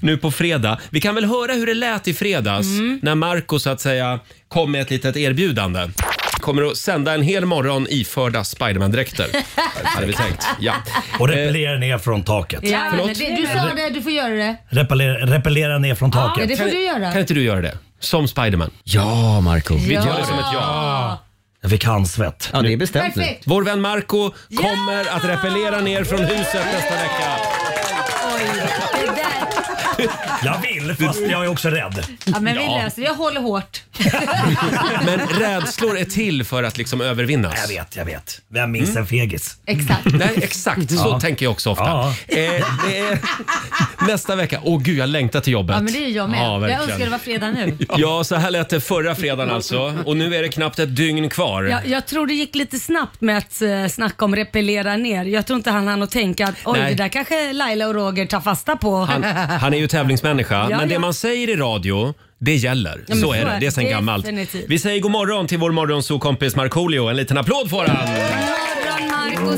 Speaker 1: Nu på fredag. Vi kan väl höra hur det lät i fredags när Marco så att säga kom med ett litet erbjudande. Kommer att sända en hel morgon iförda Spiderman-dräkter. hade vi tänkt. Ja.
Speaker 13: Och repellera ner från taket.
Speaker 2: Ja, men det, du sa det, du får göra det.
Speaker 13: Repellera, repellera ner från
Speaker 2: Ja,
Speaker 13: taket.
Speaker 2: det får du göra.
Speaker 1: Kan inte du göra det? Som Spiderman.
Speaker 13: Ja, Marco.
Speaker 1: Vi tar det som ett ja.
Speaker 13: Jag fick handsvett. Ja, det är
Speaker 1: bestämt nu. Perfekt. Vår vän Marco kommer att repellera ner från huset nästa vecka.
Speaker 13: Jag vill, fast jag är också rädd.
Speaker 2: Ja, men vi
Speaker 1: Ja.
Speaker 2: löser det. Jag håller hårt.
Speaker 1: Men rädslor är till för att liksom övervinnas. Jag vet, jag vet.
Speaker 13: Vem minns en fegis?
Speaker 2: Exakt.
Speaker 1: Nej, exakt. Så
Speaker 13: Ja.
Speaker 1: tänker jag också ofta.
Speaker 13: Ja.
Speaker 1: Eh, det är nästa vecka. Åh gud, jag längtar till jobbet.
Speaker 2: Ja, men det är jag med.
Speaker 1: Ja,
Speaker 2: jag
Speaker 1: verkligen.
Speaker 2: önskar det var fredag nu.
Speaker 1: Ja, så här lät det förra fredagen alltså. Och nu är det knappt ett dygn kvar.
Speaker 2: Jag, jag tror det gick lite snabbt med att uh, snacka om repellera ner. Jag tror inte han hann att tänka att oj,
Speaker 1: Nej.
Speaker 2: det där kanske Laila och Roger tar fasta på.
Speaker 1: Han, han är ju tävlingsmänniska,
Speaker 2: Ja,
Speaker 1: men det
Speaker 2: ja.
Speaker 1: man säger i radio, det gäller.
Speaker 2: Ja, men
Speaker 1: så är det. Det är sen gammalt.
Speaker 2: definitivt.
Speaker 1: Vi säger god morgon till vår morgonsokompis Markoolio. En liten applåd får han!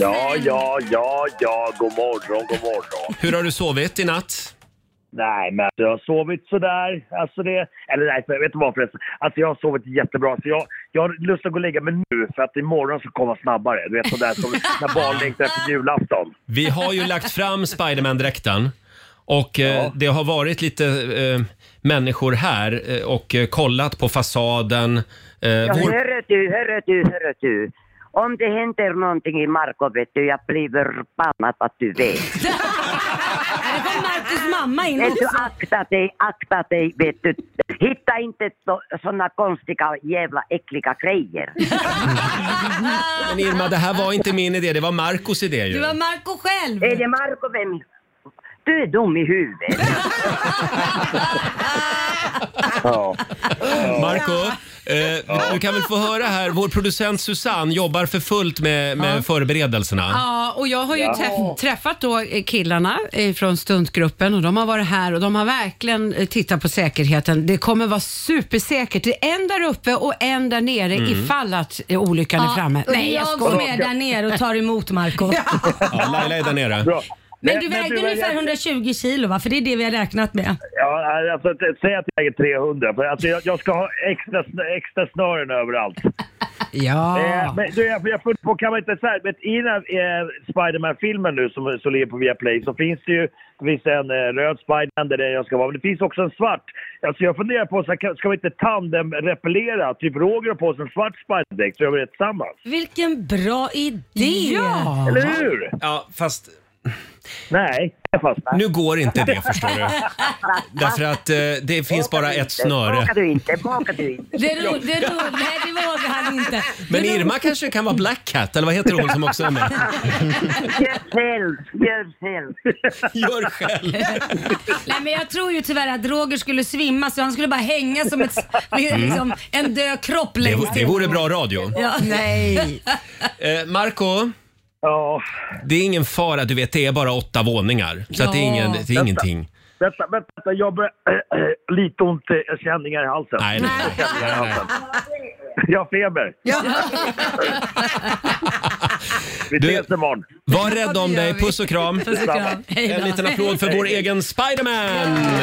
Speaker 14: Ja, ja, ja, ja, god morgon, god morgon.
Speaker 1: Hur har du sovit i natt?
Speaker 12: Nej, men alltså, jag har sovit sådär. Alltså det, eller nej, för, vet du vad förresten? Alltså jag har sovit jättebra. Så jag, jag har lust att gå och lägga mig nu för att imorgon ska komma snabbare. Du vet sådär som när barn längtar efter julafton.
Speaker 1: Vi har ju lagt fram Spiderman-dräkten och eh, det har varit lite eh, människor här eh, och eh, kollat på fasaden. Eh,
Speaker 14: Ja,
Speaker 1: vår-
Speaker 14: hörru du, hörru du, hörru du. Om det händer någonting i Marko vet du, jag blir förbannad att du vet.
Speaker 2: Det var Marcus mamma in
Speaker 14: Vet du,
Speaker 2: också.
Speaker 14: akta dig, akta dig vet du. Hitta inte sådana konstiga jävla äckliga grejer.
Speaker 1: Men Irma, det här var inte min idé, det var Marcos idé ju.
Speaker 14: var Marco själv. Är det Marco vem? Du är dum i huvudet.
Speaker 12: Ja.
Speaker 1: Marco, eh, du kan väl få höra här, vår producent Susanne jobbar för fullt med, med förberedelserna.
Speaker 5: Ja, och jag har ju
Speaker 1: Ja.
Speaker 5: träff, träffat då eh, killarna eh, från stuntgruppen och de har varit här och de har verkligen eh, tittat på säkerheten. Det kommer vara supersäkert. Det är en där uppe och en där nere
Speaker 1: Mm.
Speaker 5: ifall att eh, olyckan är framme.
Speaker 2: och jag går med där nere och tar emot Marco.
Speaker 1: Ja, Laila är där nere.
Speaker 2: Men du vägde ungefär 120 kilo va? För det är det vi har räknat med.
Speaker 12: Ja, alltså, t- säg att jag väger 300. För alltså, jag, jag ska ha extra, snö- extra snören överallt.
Speaker 5: Ja.
Speaker 3: Ah.
Speaker 12: Eh, men du, jag, jag funderar på, kan man inte säga, men i den här eh, Spiderman-filmen nu som, som ligger på Viaplay så finns det ju det finns en eh, röd Spiderman där jag ska vara, men det finns också en svart. Alltså jag funderar på, så här, kan- ska vi inte tandemrepellera? Typ Roger har på sig en svart Spiderman-dräkt så gör vi det tillsammans.
Speaker 2: Vilken bra idé! Ja!
Speaker 12: Eller hur?
Speaker 1: Ja, fast...
Speaker 12: Nej, fast
Speaker 1: Nu går inte det förstår du. Därför att eh, det finns bara ett snöre.
Speaker 14: Vågar du inte, vågar du inte.
Speaker 2: Det, ro, det, ro, nej, det vågar han inte.
Speaker 1: Men Irma kanske kan vara Black Cat, eller vad heter hon som också är med?
Speaker 14: Gör själv, gör själv.
Speaker 1: Gör själv.
Speaker 2: Nej, men jag tror ju tyvärr att Roger skulle svimma så han skulle bara hänga som ett,
Speaker 1: Mm.
Speaker 2: liksom, en död kropp
Speaker 1: Det,
Speaker 2: längst
Speaker 1: det vore bra radio.
Speaker 2: Ja. Nej.
Speaker 1: Eh, Marco.
Speaker 12: Ja.
Speaker 1: Det är ingen fara, du vet det är bara åtta våningar. Så att det är, ingen, det är
Speaker 12: Vänta,
Speaker 1: ingenting.
Speaker 12: Vänta, vänta, vänta, jag börjar... lite ont, eh, känningar i halsen.
Speaker 1: Nej, nej, nej.
Speaker 12: Känningar i halsen. Jag har feber. Vi ses imorgon.
Speaker 1: Var rädd om dig, puss och kram.
Speaker 12: Puss och kram. Hej
Speaker 1: En
Speaker 12: då.
Speaker 1: liten applåd för
Speaker 12: Hej.
Speaker 1: vår egen Spiderman.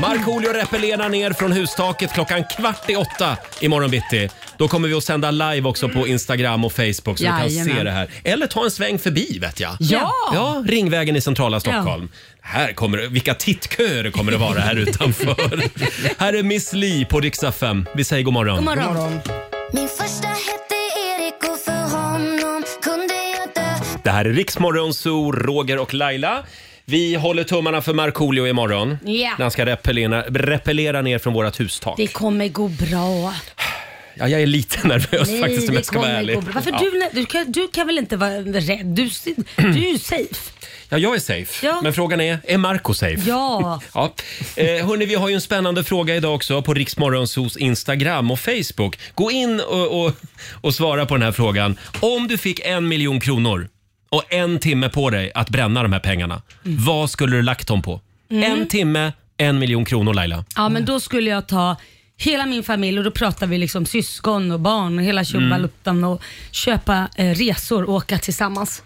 Speaker 1: Markoolio rappellerar ner från hustaket klockan kvart i åtta imorgon bitti. Då kommer vi att sända live också på Instagram och Facebook så du kan
Speaker 10: Jajamän.
Speaker 1: se det här. Eller ta en sväng förbi vet jag.
Speaker 10: Ja.
Speaker 1: ja Ringvägen i centrala Stockholm. Här kommer det, vilka tittköer det kommer att vara här utanför. här är Miss Li på riksdag 5. Vi säger god morgon.
Speaker 7: Min första hette Erik och för honom kunde jag dö
Speaker 1: Det här är Riksmorgon Zoo, Roger och Laila. Vi håller tummarna för Markoolio imorgon.
Speaker 2: Ja.
Speaker 1: När han ska repellera, repellera ner från vårt hustak.
Speaker 2: Det kommer gå bra.
Speaker 1: Ja, jag är lite nervös faktiskt om
Speaker 2: det
Speaker 1: jag ska vara
Speaker 2: kommer
Speaker 1: ärlig.
Speaker 2: gå bra. Varför
Speaker 1: ja.
Speaker 2: du, du, kan, du kan väl inte vara rädd? Du, du är ju safe.
Speaker 1: ja, jag är safe.
Speaker 2: Ja.
Speaker 1: Men frågan är, är Marco safe?
Speaker 2: Ja.
Speaker 1: Ja. Eh, hörni, vi har ju en spännande fråga idag också på Riksmorgonsos Instagram och Facebook. Gå in och, och, och svara på den här frågan. Om du fick en miljon kronor och en timme på dig att bränna de här pengarna, vad skulle du lagt dem på?
Speaker 2: Mm.
Speaker 1: En timme, en miljon kronor Laila.
Speaker 2: Ja, men då skulle jag ta hela min familj och då pratar vi liksom syskon och barn och hela tjobaluttan och köpa eh, resor och åka tillsammans.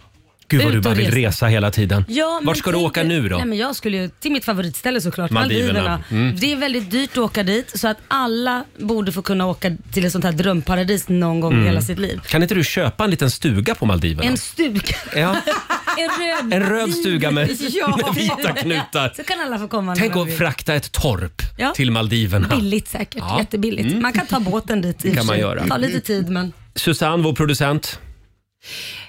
Speaker 1: Gud vad
Speaker 2: Ut
Speaker 1: du
Speaker 2: och
Speaker 1: bara vill
Speaker 2: resa.
Speaker 1: resa hela tiden.
Speaker 2: Ja,
Speaker 1: Vart
Speaker 2: men
Speaker 1: ska du
Speaker 2: tänk
Speaker 1: åka
Speaker 2: dig-
Speaker 1: nu då?
Speaker 2: Nej, men jag skulle ju till mitt favoritställe såklart,
Speaker 1: Maldiverna.
Speaker 2: Maldiverna.
Speaker 1: Mm.
Speaker 2: Det är väldigt dyrt att åka dit så att alla borde få kunna åka till ett sånt här drömparadis någon gång i
Speaker 1: Mm.
Speaker 2: hela sitt liv.
Speaker 1: Kan inte du köpa en liten stuga på Maldiverna?
Speaker 2: En stuga.
Speaker 1: Ja.
Speaker 2: en, röd,
Speaker 1: En röd stuga med,
Speaker 2: Ja.
Speaker 1: med vita knutar.
Speaker 2: Så kan alla få komma.
Speaker 1: Tänk
Speaker 2: när de
Speaker 1: att
Speaker 2: vill.
Speaker 1: frakta ett torp
Speaker 2: Ja.
Speaker 1: till Maldiverna.
Speaker 2: Billigt säkert,
Speaker 1: Ja.
Speaker 2: jättebilligt.
Speaker 1: Mm.
Speaker 2: Man kan ta båten dit i och
Speaker 1: kan
Speaker 2: för
Speaker 1: man
Speaker 2: sig.
Speaker 1: göra.
Speaker 2: Ta lite tid men.
Speaker 1: Susanne, vår producent.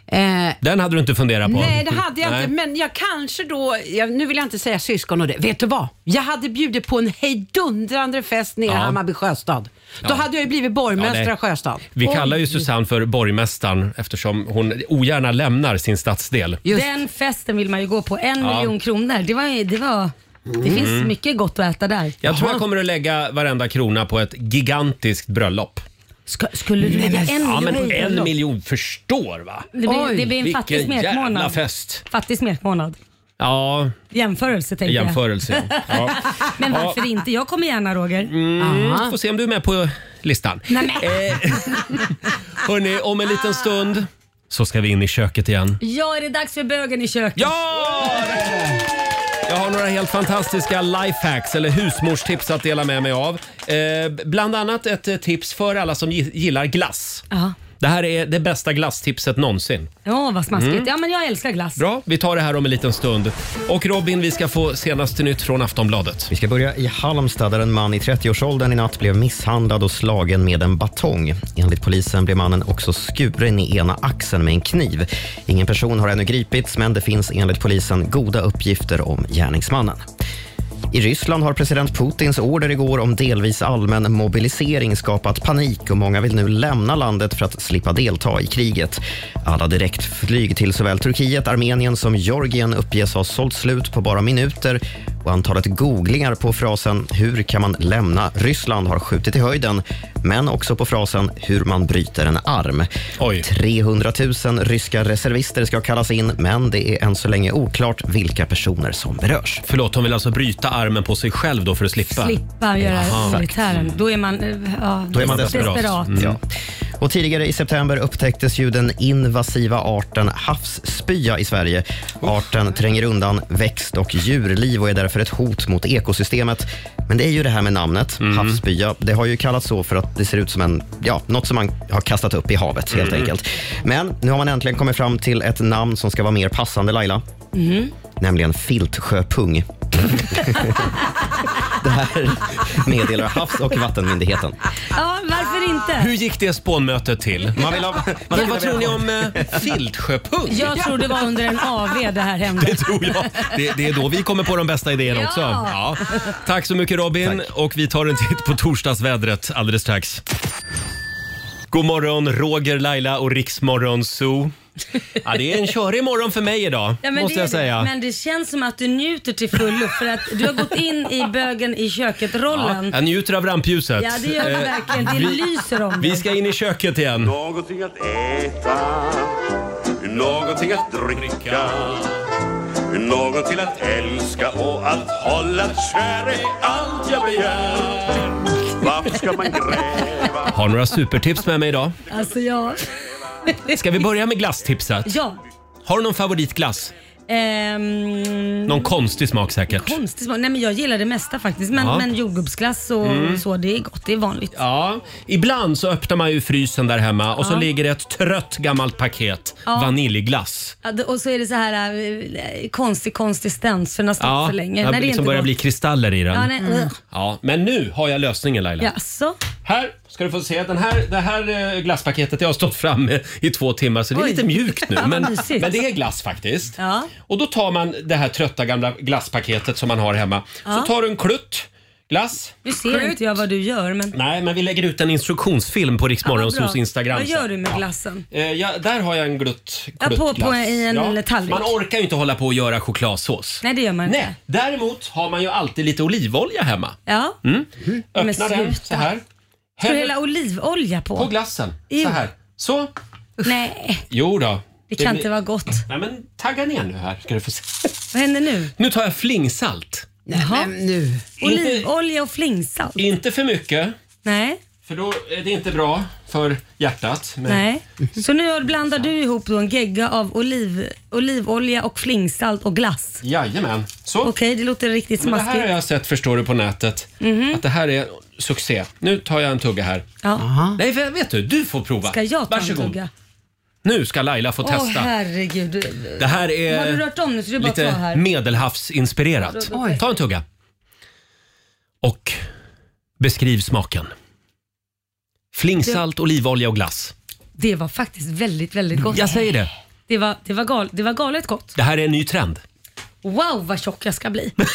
Speaker 5: Eh,
Speaker 1: Den hade du inte funderat på?
Speaker 5: Nej, det hade jag
Speaker 1: Nej.
Speaker 5: inte. Men jag kanske då, jag, nu vill jag inte säga syskon och det. Vet du vad? Jag hade bjudit på en hejdundrande fest nere i
Speaker 1: Ja.
Speaker 5: Hammarby sjöstad. Då
Speaker 1: Ja.
Speaker 5: hade jag ju blivit borgmästare
Speaker 1: Ja, nej.
Speaker 5: i sjöstad.
Speaker 1: Vi
Speaker 5: Oj.
Speaker 1: kallar ju Susanne för borgmästaren eftersom hon ogärna lämnar sin stadsdel.
Speaker 2: Den festen vill man ju gå på. En
Speaker 1: Ja.
Speaker 2: miljon kronor. Det, var, ju- det, var, det
Speaker 1: Mm.
Speaker 2: finns mycket gott att äta där.
Speaker 1: Jag tror jag kommer att lägga varenda krona på ett gigantiskt bröllop.
Speaker 2: skulle du lägga en
Speaker 1: Ja,
Speaker 2: miljon
Speaker 1: men
Speaker 2: på
Speaker 1: en
Speaker 2: bröllop?
Speaker 1: miljon förstår va?
Speaker 2: Det blir, det blir en
Speaker 1: Vilken
Speaker 2: fattig
Speaker 1: jävla
Speaker 2: smekmånad.
Speaker 1: fest.
Speaker 2: Fattig smekmånad.
Speaker 1: Ja,
Speaker 2: Jämförelse tänker
Speaker 1: jämförelse.
Speaker 2: jag.
Speaker 1: Ja.
Speaker 2: Men
Speaker 1: Ja.
Speaker 2: varför inte? Jag kommer gärna Roger.
Speaker 1: Mm, Eh.
Speaker 2: Aha.
Speaker 1: får se om du är med på listan.
Speaker 2: Nej, men.
Speaker 1: Hörni, om en liten stund så ska vi in i köket igen.
Speaker 2: Ja, är det dags för bögen i köket?
Speaker 1: Ja! Jag har några helt fantastiska lifehacks eller husmorstips att dela med mig av. Eh, bland annat ett eh, tips för alla som gi- gillar glass.
Speaker 2: Ja,
Speaker 1: Det här är det bästa glasstipset någonsin.
Speaker 2: ja vad smaskigt.
Speaker 1: Mm.
Speaker 2: Ja, men jag älskar glass.
Speaker 1: Bra, vi tar det här om en liten stund. Och Robin, vi ska få senaste nytt från Aftonbladet.
Speaker 4: Vi ska börja i Halmstad där en man i 30-årsåldern i natt blev misshandlad och slagen med en batong. Enligt polisen blev mannen också skuren i ena axeln med en kniv. Ingen person har ännu gripits men det finns enligt polisen goda uppgifter om gärningsmannen. I Ryssland har president Putins order igår om delvis allmän mobilisering skapat panik och många vill nu lämna landet för att slippa delta i kriget. Alla direktflyg till såväl Turkiet, Armenien som Georgien uppges ha sålt slut på bara minuter och antalet googlingar på frasen “Hur kan man lämna Ryssland?” har skjutit i höjden, men också på frasen “Hur man bryter en arm”. 300 000 ryska reservister ska kallas in, men det är än så länge oklart vilka personer som berörs.
Speaker 1: Förlåt, de vill alltså bryta armen på sig själv då för att slippa?
Speaker 2: Slippa göra
Speaker 1: Jaha.
Speaker 2: militären. Då är man, eh, ja,
Speaker 4: Då är man desperat. Mm. Ja. Och tidigare i september upptäcktes ju den invasiva arten havsspya i Sverige. Arten tränger undan växt och djurliv och är därför ett hot mot ekosystemet. Men det är ju det här med namnet, havsspya. Det har ju kallats så för att det ser ut som en, ja, något som man har kastat upp i havet helt
Speaker 15: Mm.
Speaker 4: enkelt. Men nu har man äntligen kommit fram till ett namn som ska vara mer passande Laila, Mhm. nämligen filtsjöpung. det här meddelar Havs och vattenmyndigheten.
Speaker 2: Ja,
Speaker 1: Mm.
Speaker 2: varför inte?
Speaker 1: Hur gick det spånmötet till? Man vill ha,
Speaker 4: man vill
Speaker 1: vad
Speaker 4: ha-
Speaker 1: tror ni om eh, Filtsjöpung?
Speaker 2: Jag tror det var under en AV det här hände.
Speaker 1: Det tror jag. Det, det är då vi kommer på de bästa idéerna
Speaker 2: Ja.
Speaker 1: också. Ja. Tack så mycket Robin och vi tar en titt på torsdagsvädret alldeles strax. God morgon Roger, Laila och Riksmorgon Zoo. Ja, det är en körig morgon för mig idag,
Speaker 2: Ja, men
Speaker 1: måste
Speaker 2: det är
Speaker 1: jag
Speaker 2: det.
Speaker 1: säga.
Speaker 2: Men det känns som att du njuter till fullo för att du har gått in i bögen i
Speaker 1: Ja,
Speaker 2: köket-rollen.
Speaker 1: jag njuter av rampljuset.
Speaker 2: Ja, det gör du
Speaker 1: Eh,
Speaker 2: verkligen. Det
Speaker 1: vi-
Speaker 2: lyser om
Speaker 1: Vi
Speaker 2: dig.
Speaker 1: ska in i köket igen.
Speaker 16: Någonting att äta, någonting att dricka, någonting att älska och att hålla kär är allt jag begär. Varför ska man gräva?
Speaker 1: Har några supertips med mig idag.
Speaker 2: Alltså jag...
Speaker 1: Ska vi börja med glasstipset?
Speaker 2: Ja.
Speaker 1: Har du någon favoritglass?
Speaker 2: Ehm,
Speaker 1: Någon konstig smak säkert?
Speaker 2: konstig smak. Nej men jag gillar det mesta faktiskt. Men,
Speaker 1: Ja.
Speaker 2: men jordgubbsglass och
Speaker 1: Mm.
Speaker 2: så, det är gott. Det är vanligt.
Speaker 1: Ja, ibland så öppnar man ju frysen där hemma och så
Speaker 2: Ja.
Speaker 1: ligger det ett trött gammalt paket
Speaker 2: Ja.
Speaker 1: vaniljglass.
Speaker 2: Ja, det- Och så är det så här eh, konstig konsistens för den har stått
Speaker 1: Ja,
Speaker 2: för länge.
Speaker 1: det
Speaker 2: Nej, det är
Speaker 1: liksom
Speaker 2: inte
Speaker 1: börjar
Speaker 2: gott.
Speaker 1: bli kristaller i den.
Speaker 2: Ja, nej, Mm. ugh.
Speaker 1: ja, men nu har jag lösningen Laila.
Speaker 2: Jaså?
Speaker 1: Här ska du få se. Den här, det här eh, glasspaketet jag har stått framme i två timmar så det är
Speaker 2: Oj.
Speaker 1: lite mjukt nu.
Speaker 2: Ja, vad
Speaker 1: Men,
Speaker 2: mysigt.
Speaker 1: men det är glass faktiskt.
Speaker 2: Ja.
Speaker 1: Och då tar man det här trötta gamla glasspaketet som man har hemma.
Speaker 2: Ja.
Speaker 1: Så tar du en klutt glass.
Speaker 2: Nu ser inte jag vad du gör men...
Speaker 1: Nej, men vi lägger ut en instruktionsfilm på Rix
Speaker 2: Ja, vad
Speaker 1: Morgonzoos
Speaker 2: bra.
Speaker 1: Instagram.
Speaker 2: Vad
Speaker 1: sen.
Speaker 2: gör du med
Speaker 1: Ja.
Speaker 2: glassen?
Speaker 1: Eh, ja, där har jag en glutt,
Speaker 2: Ja, på-
Speaker 1: gluttglass.
Speaker 2: på i en tallrik.
Speaker 1: Man orkar ju inte hålla på och göra chokladsås.
Speaker 2: Nej det gör man inte.
Speaker 1: Nej, däremot har man ju alltid lite olivolja hemma.
Speaker 2: Ja.
Speaker 1: Mm.
Speaker 2: Men
Speaker 1: Öppna den
Speaker 2: sluta.
Speaker 1: så här.
Speaker 2: Ska du
Speaker 1: Häll
Speaker 2: hälla olivolja på?
Speaker 1: på glassen. Så
Speaker 2: Ew.
Speaker 1: här. Så.
Speaker 2: Nej,
Speaker 1: Jo då.
Speaker 2: det kan
Speaker 1: blir-
Speaker 2: inte vara gott.
Speaker 1: Nej men tagga ner nu här ska du få se.
Speaker 2: Vad händer nu?
Speaker 1: Nu tar jag flingsalt.
Speaker 2: Jaha.
Speaker 5: nu.
Speaker 2: Olivolja och flingsalt?
Speaker 1: Inte för mycket.
Speaker 2: Nej.
Speaker 1: För då är det inte bra för hjärtat. Men
Speaker 2: Nej. Så nu har- blandar du ihop då en gegga av oliv, olivolja och flingsalt och glass.
Speaker 1: Jajamän. Så.
Speaker 2: Okej, det låter riktigt
Speaker 1: Men det här har
Speaker 2: smaskigt.
Speaker 1: jag sett förstår du på nätet.
Speaker 2: Mhm.
Speaker 1: Att det här är succé. Nu tar jag en tugga här.
Speaker 2: Ja.
Speaker 1: Nej, för- vet du, du får prova.
Speaker 2: Ska jag ta en
Speaker 1: Varsågod.
Speaker 2: tugga?
Speaker 1: Nu ska Laila få
Speaker 2: Åh
Speaker 1: testa.
Speaker 2: herregud.
Speaker 1: det här
Speaker 2: Har du
Speaker 1: är
Speaker 2: rört om nu så det är bara att ta
Speaker 1: lite
Speaker 2: här.
Speaker 1: medelhavsinspirerat.
Speaker 2: Oj.
Speaker 1: Ta en tugga. Och beskriv smaken. Flingsalt, olivolja och glass.
Speaker 2: Det var faktiskt väldigt, väldigt gott.
Speaker 1: Jag säger det.
Speaker 2: Det var, det var, gal, det var galet gott.
Speaker 1: Det här är en ny trend.
Speaker 2: Wow vad tjock jag ska bli.
Speaker 1: Ja,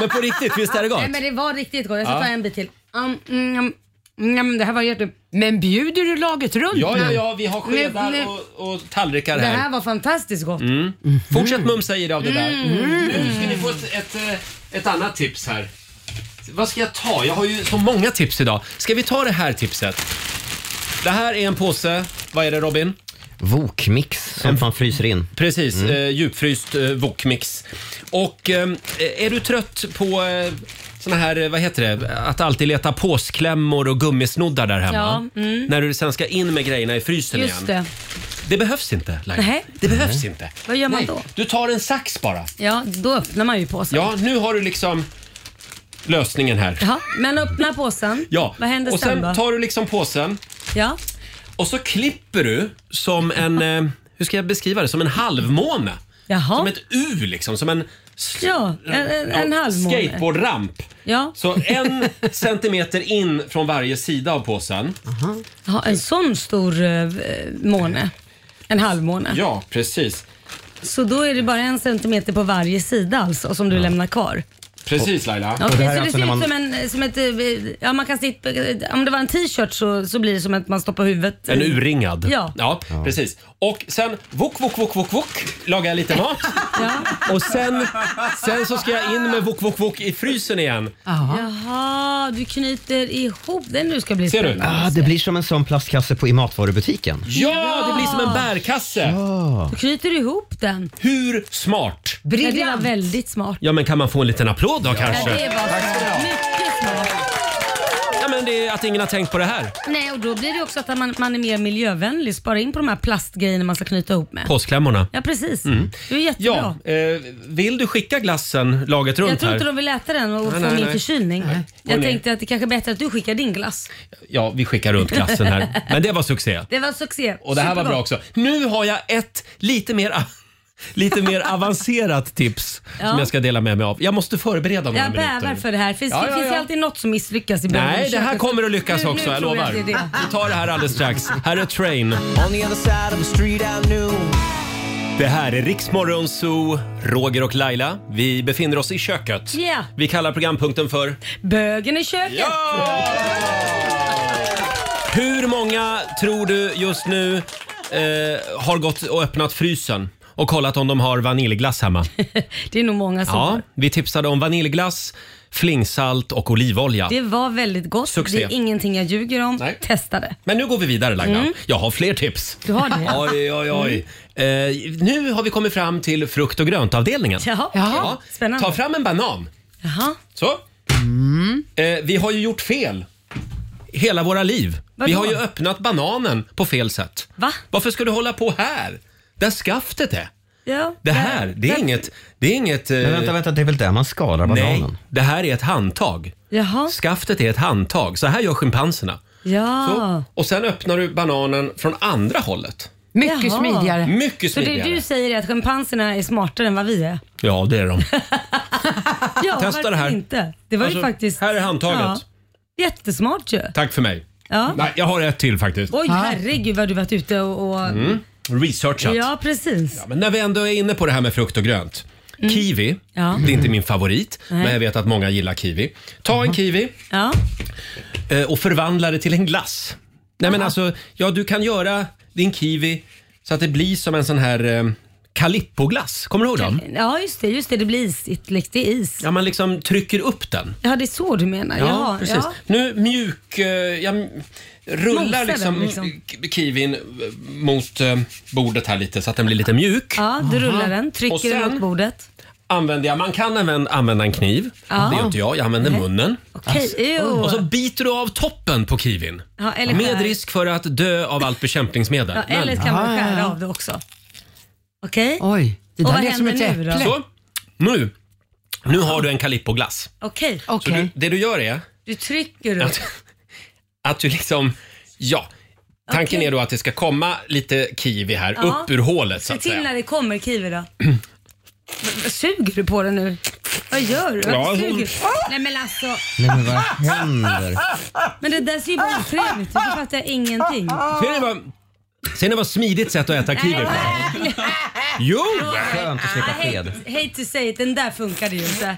Speaker 1: Men på riktigt, visst är det gott?
Speaker 2: Nej men det var riktigt gott. Jag ska
Speaker 1: Ja.
Speaker 2: ta en bit till. Um, mm, mm, mm, det här var jätte...
Speaker 5: Men bjuder du laget runt
Speaker 1: Ja, ja,
Speaker 5: nu?
Speaker 1: ja, vi har
Speaker 2: Men-
Speaker 1: skedar och, och tallrikar
Speaker 2: Det här
Speaker 1: här.
Speaker 2: var fantastiskt gott.
Speaker 1: Mm. Fortsätt mumsa i dig av det där.
Speaker 2: Mm.
Speaker 1: Nu ska ni få ett, ett, eh, ett annat tips här. Vad ska jag ta? Jag har ju så många tips idag. Ska vi ta det här tipset? Det här är en påse. Vad är det Robin?
Speaker 4: Vokmix som man fryser in.
Speaker 1: Precis, eh, djupfryst eh, wokmix. Och eh, är du trött på eh, såna här, eh, vad heter det, att alltid leta påsklämmor och gummisnoddar där hemma?
Speaker 2: Ja, mm.
Speaker 1: När du sen ska in med grejerna i frysen
Speaker 2: Just
Speaker 1: igen.
Speaker 2: det.
Speaker 1: Det behövs inte, Laila.
Speaker 2: Nej.
Speaker 1: Det behövs
Speaker 2: Nej.
Speaker 1: inte.
Speaker 2: Vad gör man
Speaker 1: Nej.
Speaker 2: då?
Speaker 1: Du tar en sax bara.
Speaker 2: Ja, då öppnar man ju påsen.
Speaker 1: Ja, nu har du liksom lösningen här.
Speaker 2: Jaha, men öppna påsen.
Speaker 1: Ja.
Speaker 2: Vad händer
Speaker 1: och
Speaker 2: sen
Speaker 1: sen
Speaker 2: då?
Speaker 1: tar du liksom påsen
Speaker 2: Ja.
Speaker 1: och så klipper du som en, eh, hur ska jag beskriva det, som en halvmåne.
Speaker 2: Jaha.
Speaker 1: Som ett U liksom, som en, s-
Speaker 2: Ja, en, en, en
Speaker 1: ja,
Speaker 2: halvmåne.
Speaker 1: skateboardramp.
Speaker 2: Ja.
Speaker 1: Så en centimeter in från varje sida av påsen.
Speaker 2: Jaha, en sån stor eh, måne. En halvmåne.
Speaker 1: Ja, precis.
Speaker 2: Så då är det bara en centimeter på varje sida alltså som du lämnar kvar.
Speaker 1: Precis Laila.
Speaker 2: Okej,
Speaker 1: alltså
Speaker 2: så det ser ut som, en, som ett... eh, Ja, man kan sitta, eh, om det var en t-shirt så, så blir det som att man stoppar huvudet.
Speaker 1: En urringad.
Speaker 2: Ja.
Speaker 1: ja. precis. Och sen vok, vok, vok, vok, vok lagar jag lite mat. Och sen, sen så ska jag in med vok, vok, vok i frysen igen.
Speaker 2: Ah. Jaha, du knyter ihop den nu ska bli
Speaker 1: Ser du?
Speaker 4: Ah, det blir som en sån plastkasse på i matvarubutiken.
Speaker 1: Ja, det blir som en bärkasse.
Speaker 2: Du knyter ihop den.
Speaker 1: Hur smart?
Speaker 2: Briljant. Ja, det var väldigt smart.
Speaker 1: Ja, men kan man få en liten applåd då kanske?
Speaker 2: Ja, det var smart. mycket smart.
Speaker 1: Ja, men det är att ingen har tänkt på det här.
Speaker 2: Nej, och då blir det också att man, man är mer miljövänlig. Spara in på de här plastgrejerna man ska knyta ihop med.
Speaker 1: Påsklämmorna.
Speaker 2: Ja, precis.
Speaker 1: Mm.
Speaker 2: Du är jättebra.
Speaker 1: Ja, eh, vill du skicka glassen laget runt
Speaker 2: jag tror
Speaker 1: här?
Speaker 2: inte de vill äta den och
Speaker 1: Nej,
Speaker 2: få
Speaker 1: nej,
Speaker 2: min
Speaker 1: nej.
Speaker 2: förkylning. Jag
Speaker 1: Och ni-
Speaker 2: tänkte att det kanske är bättre att du skickar din glass.
Speaker 1: Ja, vi skickar runt glassen här. Men det var succé.
Speaker 2: Det var succé.
Speaker 1: Och det här var
Speaker 2: Superbra.
Speaker 1: bra också. Nu har jag ett lite mer, lite mer avancerat tips
Speaker 2: Ja.
Speaker 1: som jag ska dela med mig av. Jag måste förbereda några
Speaker 2: Jag bävar
Speaker 1: minuter.
Speaker 2: för det här. Finns,
Speaker 1: Ja, ja,
Speaker 2: finns det
Speaker 1: ja.
Speaker 2: alltid något som misslyckas i början?
Speaker 1: Nej,
Speaker 2: av
Speaker 1: det här
Speaker 2: köket?
Speaker 1: kommer att lyckas
Speaker 2: Nu-
Speaker 1: också,
Speaker 2: nu
Speaker 1: jag
Speaker 2: tror
Speaker 1: lovar.
Speaker 2: det är det.
Speaker 1: Vi tar det här alldeles strax. Här är Train.
Speaker 10: On the other side of the street I knew.
Speaker 1: Det här är Riksmorgon Zoo, Roger och Laila. Vi befinner oss i köket.
Speaker 2: Ja.
Speaker 1: Vi kallar programpunkten för
Speaker 2: Bögen i köket.
Speaker 1: Hur många tror du just nu eh, har gått och öppnat frysen och kollat om de har vaniljglass hemma?
Speaker 2: Det är nog många som
Speaker 1: Ja, vi tipsade om vaniljglass, flingsalt och olivolja.
Speaker 2: Det var väldigt gott.
Speaker 1: Succé.
Speaker 2: Det är ingenting jag ljuger om. Testa det.
Speaker 1: Men nu går vi vidare Laila.
Speaker 2: Mm.
Speaker 1: Jag har fler tips.
Speaker 2: Du har det? Mm.
Speaker 1: Oj, oj, oj. Eh, nu har vi kommit fram till frukt och grönt-avdelningen.
Speaker 2: Jaha.
Speaker 1: Ja.
Speaker 2: Spännande. Mm.
Speaker 1: Ta fram en banan.
Speaker 2: Jaha.
Speaker 1: Så. Eh, vi har ju gjort fel hela våra liv.
Speaker 2: Vadå?
Speaker 1: Vi har ju öppnat bananen på fel sätt.
Speaker 2: Va?
Speaker 1: Varför ska du hålla på här? Där skaftet är.
Speaker 2: Ja.
Speaker 1: Det här, det är inget... Det är inget eh,
Speaker 4: Men vänta, vänta, det är väl där man skalar bananen?
Speaker 1: Nej, det här är ett handtag.
Speaker 2: Jaha.
Speaker 1: Skaftet är ett handtag. Så här gör schimpanserna.
Speaker 2: Ja.
Speaker 1: Så, och sen öppnar du bananen från andra hållet.
Speaker 5: Mycket
Speaker 2: Jaha.
Speaker 5: smidigare.
Speaker 1: Mycket
Speaker 2: Så det
Speaker 1: smidigare.
Speaker 2: du säger är att schimpanserna är smartare än vad vi är?
Speaker 1: Ja, det är de.
Speaker 2: Ja,
Speaker 1: Testa
Speaker 2: varför
Speaker 1: det här.
Speaker 2: inte? Det var
Speaker 1: Alltså,
Speaker 2: ju faktiskt...
Speaker 1: här är handtaget.
Speaker 2: Jättesmart ju.
Speaker 1: Tack för mig.
Speaker 2: Ja.
Speaker 1: Nej, jag har ett till faktiskt.
Speaker 2: Oj, herregud vad du varit ute och... och...
Speaker 1: Mm. Researchat.
Speaker 2: Ja, precis.
Speaker 1: Men när vi ändå är inne på det här med frukt och grönt. Kiwi,
Speaker 2: Mm. Ja.
Speaker 1: det är inte min favorit,
Speaker 2: Nej.
Speaker 1: men jag vet att många gillar kiwi. Ta en kiwi
Speaker 2: Ja.
Speaker 1: eh, och förvandla det till en glass. Nej men alltså, ja du kan göra din kiwi så att det blir som en sån här eh, Calippo-glass. Kommer du ihåg dem?
Speaker 2: ja, just det. Just det, det blir isigt. likt Det är is.
Speaker 1: Ja, man liksom trycker upp den.
Speaker 2: Ja, det är så du menar.
Speaker 1: Ja,
Speaker 2: Jaha,
Speaker 1: precis.
Speaker 2: Ja.
Speaker 1: Nu mjuk... eh, Jag
Speaker 2: Mosar
Speaker 1: rullar
Speaker 2: den
Speaker 1: liksom,
Speaker 2: liksom.
Speaker 1: k- kiwin eh, mot eh, bordet här lite så att den blir lite mjuk.
Speaker 2: Ja, du rullar den,
Speaker 1: Och
Speaker 2: trycker den
Speaker 1: sen
Speaker 2: mot bordet.
Speaker 1: använder jag, man kan använda, använda en kniv.
Speaker 2: Ja.
Speaker 1: Det gör inte jag, jag använder munnen.
Speaker 2: Okej, ew.
Speaker 1: Alltså, Och så biter du av toppen på kiwin.
Speaker 2: Ja, eller
Speaker 1: Med
Speaker 2: skär.
Speaker 1: risk för att dö av allt bekämpningsmedel.
Speaker 2: Ja, eller kan man skära av det också. Okej?
Speaker 5: Ah, Oj, det
Speaker 2: Och
Speaker 5: där
Speaker 2: vad
Speaker 5: lät som ett
Speaker 2: händer nu då?
Speaker 5: äpple.
Speaker 1: Så, nu. Nu har du en Calippo-glass.
Speaker 2: Okej.
Speaker 1: Så du, det du gör är
Speaker 2: Du trycker upp.
Speaker 1: att, att du liksom, ja. Tanken
Speaker 2: Okej.
Speaker 1: är då att det ska komma lite kiwi här,
Speaker 2: Ja.
Speaker 1: upp ur hålet så
Speaker 2: Se
Speaker 1: att
Speaker 2: till
Speaker 1: säga.
Speaker 2: när det kommer kiwi då. Vad Suger du på den nu? Vad gör du?
Speaker 1: Ja,
Speaker 2: Varför
Speaker 1: hon-
Speaker 2: suger? du? Nej men alltså.
Speaker 4: Nej, men vad händer?
Speaker 2: Men det där ser ju bara otrevligt ut. Du fattar ingenting.
Speaker 1: Ser ni vad, ser ni vad smidigt sätt att äta kiwi på? Jo!
Speaker 4: Skönt att slippa
Speaker 2: I
Speaker 4: sked.
Speaker 2: hate, hate to say it, den där funkade ju inte.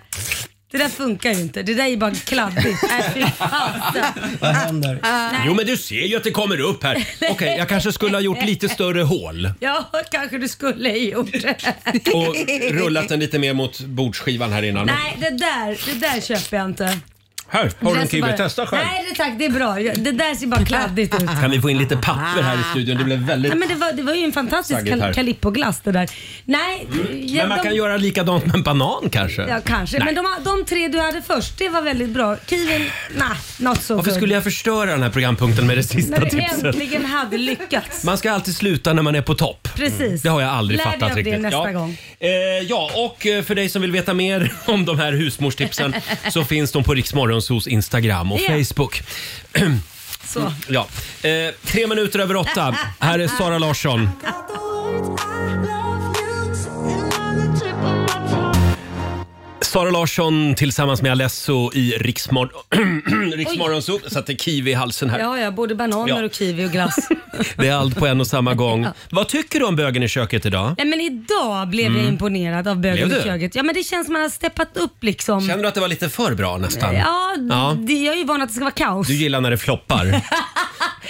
Speaker 2: Det där funkar ju inte. Det där är ju bara kladdigt. Nej, fy fasen.
Speaker 4: Vad händer?
Speaker 1: Jo men du ser ju att det kommer upp här. Okej, jag kanske skulle ha gjort lite större hål
Speaker 2: Ja, kanske du skulle ha gjort.
Speaker 1: och rullat den lite mer mot bordsskivan här innan.
Speaker 2: Nej, det där, det där köper jag inte.
Speaker 1: Här har du
Speaker 2: Det
Speaker 1: en
Speaker 2: där ser
Speaker 1: kiwi.
Speaker 2: bara-
Speaker 1: Testa själv.
Speaker 2: Nej det- tack, det är bra. Jag- Det där ser bara kladdigt ut.
Speaker 1: Kan vi få in lite papper här i studion? Det blev väldigt...
Speaker 2: Nej, Ah. men det, var, det var ju en fantastisk
Speaker 1: Saggigt här.
Speaker 2: kal- kalippoglass det där. Nej, ja,
Speaker 1: Mm. Men man
Speaker 2: de,
Speaker 1: kan göra likadant med en banan kanske?
Speaker 2: Ja, kanske.
Speaker 1: Nej.
Speaker 2: Men de, de tre du hade först, det var väldigt bra. Kiwin, nah, not so
Speaker 1: Varför
Speaker 2: good.
Speaker 1: skulle jag förstöra den här programpunkten med det sista
Speaker 2: När du
Speaker 1: tipset?
Speaker 2: äntligen hade lyckats.
Speaker 1: Man ska alltid sluta när man är på topp.
Speaker 2: Precis.
Speaker 1: Mm. Det har jag aldrig
Speaker 2: Lär dig
Speaker 1: fattat
Speaker 2: av
Speaker 1: riktigt.
Speaker 2: det nästa
Speaker 1: ja.
Speaker 2: gång.
Speaker 1: Eh, ja, och eh, för dig som vill veta mer om de här husmorstipsen så finns de på Riksmorgonsos Instagram och
Speaker 2: Ja.
Speaker 1: Facebook.
Speaker 2: Så.
Speaker 1: Ja. Eh, tre minuter över åtta. Här är Sara Larsson. Sara Larsson tillsammans med Alesso i Riksmor- Riksmorgonso. Satte kiwi i halsen här.
Speaker 2: Ja, ja, både bananer
Speaker 1: Ja.
Speaker 2: och kiwi och glass.
Speaker 1: Det är allt på en och samma gång. Vad tycker du om bögen i köket idag?
Speaker 2: Nej, men idag blev
Speaker 1: Mm.
Speaker 2: jag imponerad av bögen
Speaker 1: Blev
Speaker 2: i
Speaker 1: du?
Speaker 2: köket. Ja, men det känns som man har steppat upp liksom.
Speaker 1: Känner du att det var lite för bra nästan?
Speaker 2: Ja, Det, jag är ju van att det ska vara kaos.
Speaker 1: Du gillar när det floppar.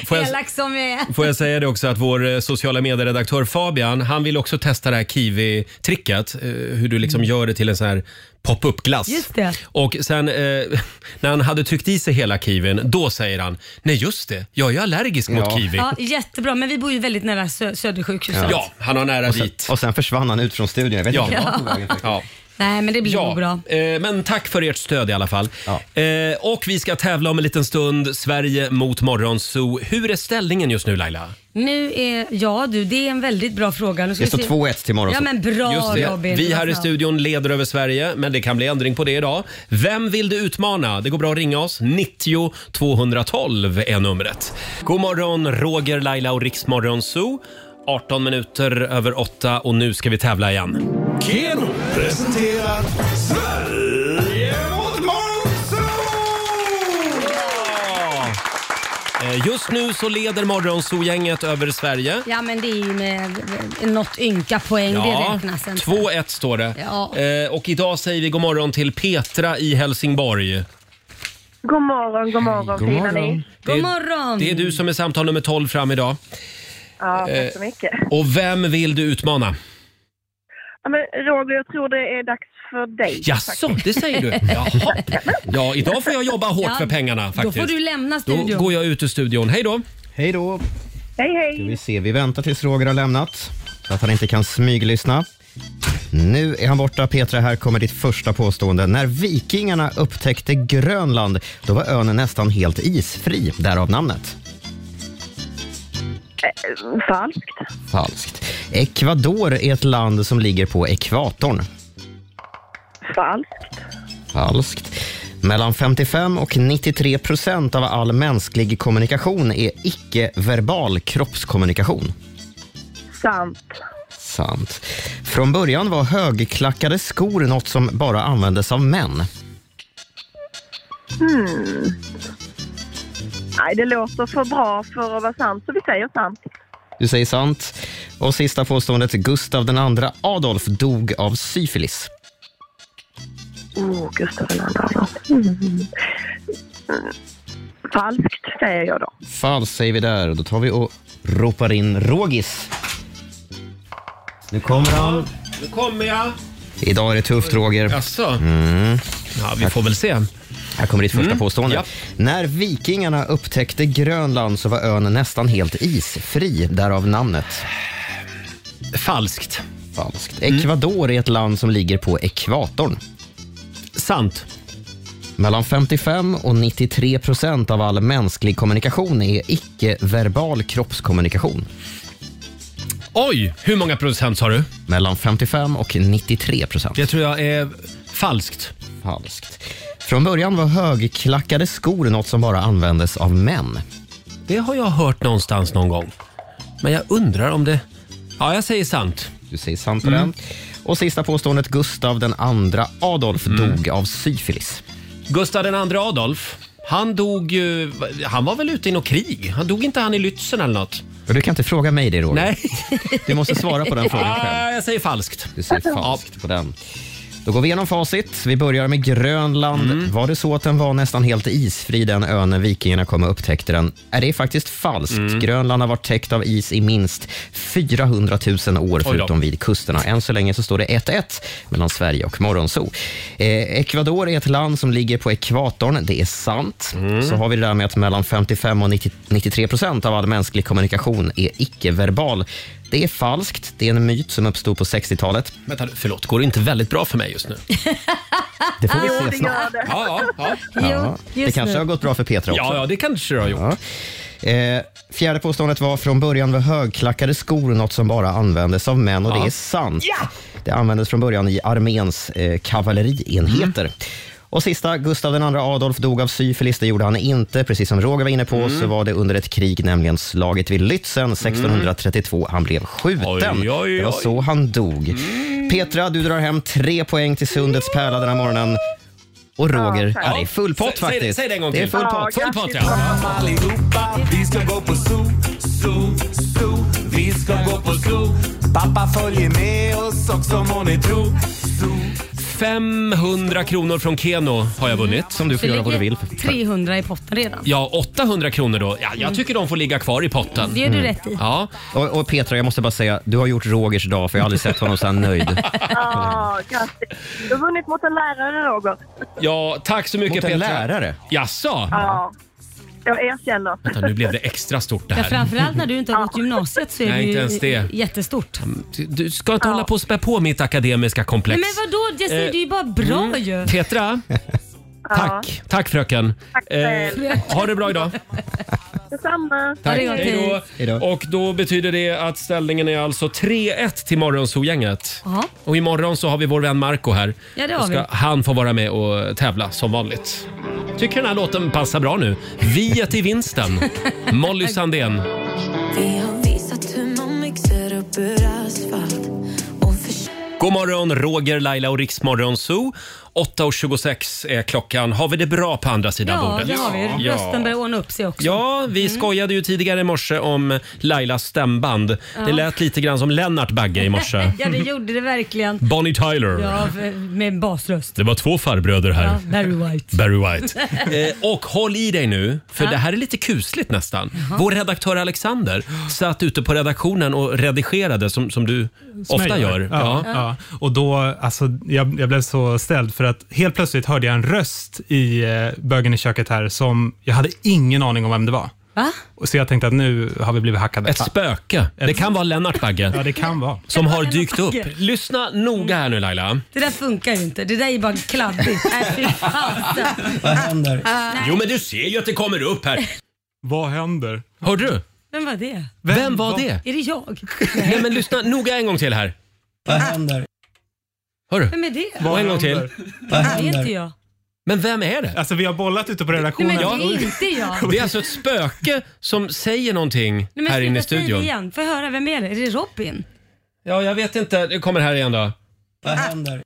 Speaker 1: Får jag,
Speaker 2: Elak som jag är. liksom, eh,
Speaker 1: får jag säga det också att vår eh, sociala medieredaktör Fabian, han vill också testa det här kiwi-tricket. eh, Hur du liksom gör det till en sån här pop-up-glass.
Speaker 2: Just det.
Speaker 1: Och sen eh, när han hade tryckt i sig hela kiwin, då säger han Nej just det, jag är allergisk mot kiwi.
Speaker 2: Ja, jättebra, men vi bor ju väldigt nära sö- Södersjukhuset.
Speaker 1: Ja, han har nära
Speaker 4: och sen,
Speaker 1: dit.
Speaker 4: Och sen försvann han ut från studion. Jag vet
Speaker 1: Ja.
Speaker 4: inte vart han tog vägen.
Speaker 1: Ja.
Speaker 2: Nej, men det blir nog bra.
Speaker 1: eh, men tack för ert stöd i alla fall. Eh, och vi ska tävla om en liten stund. Sverige mot Morgonzoo. Hur är ställningen just nu Laila?
Speaker 2: Nu är, ja du, det är en väldigt bra fråga. Nu ska
Speaker 1: Det
Speaker 2: vi
Speaker 1: står
Speaker 2: se.
Speaker 1: 2-1 till Morgonzoo.
Speaker 2: Ja men bra
Speaker 1: Just det.
Speaker 2: Robin. Alltså.
Speaker 1: Vi
Speaker 2: Det var
Speaker 1: här i
Speaker 2: snabbt.
Speaker 1: studion leder över Sverige, men det kan bli ändring på det idag. Vem vill du utmana? Det går bra att ringa oss. 90 212 är numret. God morgon, Roger, Laila och Riksmorgon Zoo. 18 minuter över 8 och nu ska vi tävla igen.
Speaker 16: Keno presenterar Sverige mot
Speaker 1: Eh, Just nu så leder Morgonzoo-gänget över Sverige.
Speaker 2: Ja men det är ju med med något ynka poäng, det räknas inte.
Speaker 1: 2-1 står det.
Speaker 2: Ja.
Speaker 1: Eh, och idag säger vi god morgon till Petra i Helsingborg.
Speaker 3: God morgon, god morgon
Speaker 1: God
Speaker 3: fina
Speaker 1: morgon.
Speaker 3: ni.
Speaker 1: Det är- Det är du som är samtal nummer 12 fram idag.
Speaker 3: Mm. Ja,
Speaker 1: Eh,
Speaker 3: tack så mycket.
Speaker 1: Och vem vill du utmana?
Speaker 3: Ja, men Roger, jag tror det är dags för dig.
Speaker 1: Jaså,
Speaker 3: faktiskt.
Speaker 1: det säger du? Jaha. Ja, idag får jag jobba hårt
Speaker 3: Ja,
Speaker 1: för pengarna
Speaker 3: då
Speaker 1: faktiskt.
Speaker 3: får du lämna
Speaker 1: Då
Speaker 3: studion.
Speaker 1: går jag ut ur studion. Hej då!
Speaker 4: Hej då!
Speaker 3: Hej, hej.
Speaker 4: Ska vi se, vi väntar tills Roger har lämnat så att han inte kan smyglyssna. Nu är han borta. Petra, här kommer ditt första påstående. När vikingarna upptäckte Grönland, då var ön nästan helt isfri, därav namnet.
Speaker 3: Eh, Falskt.
Speaker 4: Falskt. Ecuador är ett land som ligger på ekvatorn.
Speaker 3: Falskt.
Speaker 4: Falskt. Mellan 55 och 93 procent av all mänsklig kommunikation är icke-verbal kroppskommunikation.
Speaker 3: Sant.
Speaker 4: Sant. Från början var högklackade skor något som bara användes av män.
Speaker 3: Hmm. Nej, det låter för bra för att vara sant, så vi säger sant.
Speaker 4: Du säger sant. Och sista påståendet. Gustav II Adolf dog av syfilis.
Speaker 3: Oh, Gustav II Adolf. Mm. Mm. Falskt, säger jag då.
Speaker 4: Falskt säger vi där. Då tar vi och ropar in Rogis. Nu kommer han.
Speaker 1: Nu kommer jag.
Speaker 4: Idag är det tufft, Roger.
Speaker 1: Jaså?
Speaker 4: Mm.
Speaker 1: Ja, vi får väl se.
Speaker 4: Här kommer ditt första
Speaker 1: Mm,
Speaker 4: påstående.
Speaker 1: ja.
Speaker 4: När vikingarna upptäckte Grönland så var ön nästan helt isfri, därav namnet.
Speaker 1: Falskt.
Speaker 4: Falskt.
Speaker 1: Mm.
Speaker 4: Ecuador är ett land som ligger på ekvatorn.
Speaker 1: Sant.
Speaker 4: Mellan 55 och 93 procent av all mänsklig kommunikation är icke-verbal kroppskommunikation.
Speaker 1: Oj, hur många procent sa du?
Speaker 4: Mellan 55 och 93 procent.
Speaker 1: Det tror jag är falskt.
Speaker 4: Falskt. Från början var högklackade skor något som bara användes av män.
Speaker 1: Det har jag hört någonstans någon gång. Men jag undrar om det... Ja, jag säger sant.
Speaker 4: Du säger sant på den. Och sista påståendet, Gustav den andra Adolf dog av syfilis.
Speaker 1: Gustav den andra Adolf, han dog ju... Han var väl ute i något krig? Han dog inte han i Lützen eller något?
Speaker 4: Och Du kan inte fråga mig det, Roger.
Speaker 1: Nej.
Speaker 4: Du måste svara på den frågan själv.
Speaker 1: Ah, jag säger falskt.
Speaker 4: Du säger falskt på den. Då går vi igenom facit. Vi börjar med Grönland. Var det så att den var nästan helt isfri, den ön, när vikingarna kom och upptäckte den? Är det faktiskt falskt? Grönland har varit täckt av is i minst 400 000 år,
Speaker 15: då.
Speaker 4: förutom vid kusterna. Än så länge så står det 1-1 mellan Sverige och Morgonzoo. Eh, Ecuador är ett land som ligger på ekvatorn. Det är sant. Så har vi det där med att mellan 55 och 90, 93 procent av all mänsklig kommunikation är icke-verbal. Det är falskt. Det är en myt som uppstod på 60-talet.
Speaker 1: Vänta, förlåt. Går det inte väldigt bra för mig just nu?
Speaker 4: Det får vi
Speaker 1: Jo,
Speaker 4: se
Speaker 1: det
Speaker 4: snart.
Speaker 1: gör det. Ja, ja, ja. Jo,
Speaker 4: det
Speaker 1: just
Speaker 4: kanske
Speaker 1: nu.
Speaker 4: har gått bra för Petra också.
Speaker 1: Ja, ja, det kanske det har gjort.
Speaker 4: Eh, fjärde påståendet var från början var högklackade skor något som bara användes av män och
Speaker 1: Ja.
Speaker 4: det är sant. Det användes från början i arméns eh, kavallerienheter.
Speaker 1: Mm.
Speaker 4: Och sista, Gustav II Adolf dog av syfilis. Det gjorde han inte. Precis som Roger var inne på
Speaker 1: Mm.
Speaker 4: så var det under ett krig, nämligen slaget vid Lützen 1632. Han blev skjuten.
Speaker 1: Oj, oj,
Speaker 4: Det var
Speaker 1: oj. Mm.
Speaker 4: så han dog. Petra, du drar hem tre poäng till Sundets pärla den här morgonen. Och Roger, ja, det är full pott
Speaker 1: Säg- säg-
Speaker 4: faktiskt.
Speaker 1: säg det en gång
Speaker 4: Det är
Speaker 1: till.
Speaker 4: full
Speaker 1: Ja,
Speaker 4: pott. Full
Speaker 1: grattis.
Speaker 4: pott, ja.
Speaker 10: Allihopa, vi ska gå på zoo, zoo, zoo. Vi ska gå på zoo. Pappa följer med oss också må ni tro.
Speaker 1: 500 kronor från Keno har jag vunnit. Som du
Speaker 2: Det ligger 300 i potten redan.
Speaker 1: Ja, 800 kronor då. Ja, jag tycker de får ligga kvar i potten.
Speaker 2: Det gör du rätt i.
Speaker 1: Ja.
Speaker 4: Och, och Petra, jag måste bara säga, du har gjort Rogers dag för jag har aldrig sett honom så här nöjd.
Speaker 3: Ja, grattis. Du har vunnit mot en lärare, Roger.
Speaker 1: Ja, tack så mycket
Speaker 4: Mot en
Speaker 1: Petra.
Speaker 4: lärare?
Speaker 1: Jaså?
Speaker 3: Ja, jag erkänner.
Speaker 1: Vänta, nu blev det extra stort det
Speaker 2: Ja,
Speaker 1: här.
Speaker 2: framförallt när du inte har gått gymnasiet så är
Speaker 1: Nej,
Speaker 2: det
Speaker 1: inte
Speaker 2: ju
Speaker 1: ens det.
Speaker 2: jättestort.
Speaker 1: Du ska inte hålla på och spä på mitt akademiska komplex.
Speaker 2: Nej, men vadå? Jag säger,
Speaker 1: Eh,
Speaker 2: det är ju bara bra
Speaker 1: mm.
Speaker 2: ju.
Speaker 1: Petra, tack. Tack fröken. Eh,
Speaker 2: själv.
Speaker 1: ha det bra idag.
Speaker 3: Detsamma.
Speaker 1: Hej då. Och då betyder det att ställningen är alltså 3-1 till Morgonzoo-gänget.
Speaker 2: Ja.
Speaker 1: Och imorgon så har vi vår vän Marco här.
Speaker 2: Ja, det
Speaker 1: Då
Speaker 2: har
Speaker 1: ska
Speaker 2: vi.
Speaker 1: han få vara med och tävla som vanligt. Tycker den här låten passar bra nu. Viet i vinsten. Molly Sandén.
Speaker 7: Vi har visat hur man mixar upp ur asfalt och försöker
Speaker 1: God morgon, Roger, Laila och Riksmorgon Zoo. 8.26 är klockan. Har vi det bra på andra sidan
Speaker 2: Ja,
Speaker 1: bordet?
Speaker 2: det har vi. Mm.
Speaker 1: Ja.
Speaker 2: Rösten börjar ordna upp sig också.
Speaker 1: Ja, vi skojade ju tidigare i morse om Lailas stämband. Det
Speaker 2: Ja.
Speaker 1: lät lite grann som Lennart Bagge i morse.
Speaker 2: ja, det gjorde det verkligen.
Speaker 1: Bonnie Tyler.
Speaker 2: Ja, för- med basröst.
Speaker 1: Det var två farbröder här.
Speaker 2: Ja, Barry White.
Speaker 1: Barry White. Eh, och håll i dig nu, för
Speaker 2: Ja.
Speaker 1: det här är lite kusligt nästan.
Speaker 2: Jaha.
Speaker 1: Vår redaktör Alexander satt ute på redaktionen och redigerade som, som du ofta gör.
Speaker 17: Ja, ja. Och då, alltså, jag, jag blev så ställd för att helt plötsligt hörde jag en röst i eh, bögen i köket här som jag hade ingen aning om vem det var.
Speaker 2: Va?
Speaker 17: Och Så jag tänkte att nu har vi blivit hackade.
Speaker 1: Ett spöke. Det kan vara Lennart Bagge.
Speaker 17: Ja, det kan vara.
Speaker 1: Som har dykt upp. Mm. Lyssna noga här nu Laila.
Speaker 2: Det där funkar ju inte. Det där är ju bara kladdigt. Nej, fy fasen.
Speaker 1: Vad händer? Jo men du ser ju att det kommer upp här.
Speaker 17: Vad händer?
Speaker 1: Hör du?
Speaker 2: Vem var det?
Speaker 1: Vem, var det?
Speaker 2: Är det jag?
Speaker 1: Nej men lyssna noga en gång till här. Vad händer? Hör du?
Speaker 2: Vem är det?
Speaker 1: Och en gång till.
Speaker 2: Det är inte jag.
Speaker 1: Men vem är det?
Speaker 17: Alltså vi har bollat ute på
Speaker 2: Nej,
Speaker 17: redaktionen.
Speaker 2: men det är inte jag.
Speaker 1: Det är alltså ett spöke som säger någonting
Speaker 2: Nej, men
Speaker 1: här inne i
Speaker 2: sluta säga det
Speaker 1: studion.
Speaker 2: Igen. Får jag höra, vem är det? Är det Robin?
Speaker 1: Ja, jag vet inte. Det kommer här igen då. Vad händer?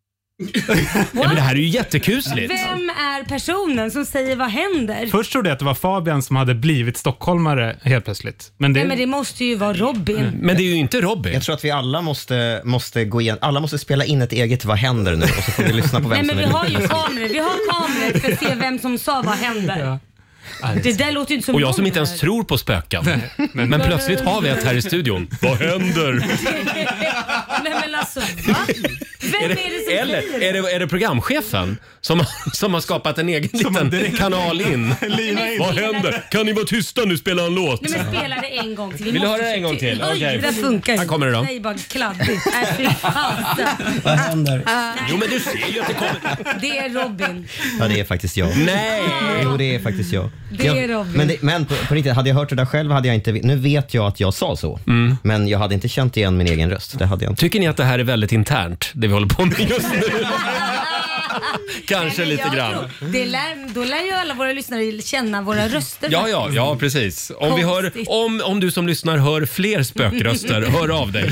Speaker 1: ja, men det här är ju jättekusligt.
Speaker 2: Vem är personen som säger vad händer?
Speaker 17: Först trodde jag att det var Fabian som hade blivit stockholmare helt plötsligt. Men det...
Speaker 2: Nej, men det måste ju vara Robin.
Speaker 1: Men det är ju inte Robin.
Speaker 4: Jag tror att vi alla måste, måste gå igen. Alla måste spela in ett eget Vad händer nu? Och så får vi lyssna på vem
Speaker 2: Nej men
Speaker 4: som
Speaker 2: vi
Speaker 4: är
Speaker 2: har
Speaker 4: liten.
Speaker 2: ju kameror. Vi har kameror för att se vem som sa vad händer. Det där låter ju inte som
Speaker 1: Och jag som
Speaker 2: någon
Speaker 1: inte ens tror på spöken. Men,
Speaker 2: nej.
Speaker 1: plötsligt har vi ett här i studion. Vad händer?
Speaker 2: här. Nej men alltså va? Vem är det som
Speaker 1: Eller är det, är det programchefen som, har- som har skapat en egen liten kanal in?
Speaker 2: Lina in.
Speaker 1: Vad händer? Kan ni vara tysta nu? Spela en låt.
Speaker 2: Nej men spela det en gång till. Vi
Speaker 1: Vill du
Speaker 2: måste
Speaker 1: höra det en
Speaker 2: se
Speaker 1: gång till?
Speaker 2: Oj,
Speaker 1: Okej.
Speaker 2: det där funkar ju
Speaker 1: Här kommer det då.
Speaker 2: Nej bara kladdigt. Nej fy fasen.
Speaker 4: Vad händer?
Speaker 1: Jo men du ser ju att det kommer.
Speaker 2: Det är Robin.
Speaker 4: Ja, det är faktiskt jag.
Speaker 1: Nej!
Speaker 4: Jo, det är faktiskt jag.
Speaker 2: Det
Speaker 4: jag
Speaker 2: är Robin.
Speaker 4: Men, det, men på, på riktigt, hade jag hört det där själv hade jag inte... Nu vet jag att jag sa så,
Speaker 1: Mm.
Speaker 4: men jag hade inte känt igen min egen röst. Det hade jag inte.
Speaker 1: Tycker ni att det här är väldigt internt, det vi håller på med just nu? Kanske lite
Speaker 2: Jag
Speaker 1: grann.
Speaker 2: tror- Det lär, då lär ju alla våra lyssnare känna våra röster.
Speaker 1: Ja, ja, ja precis. Om, vi hör,
Speaker 2: Konstigt.
Speaker 1: om, om du som lyssnar hör fler spökröster, hör av dig.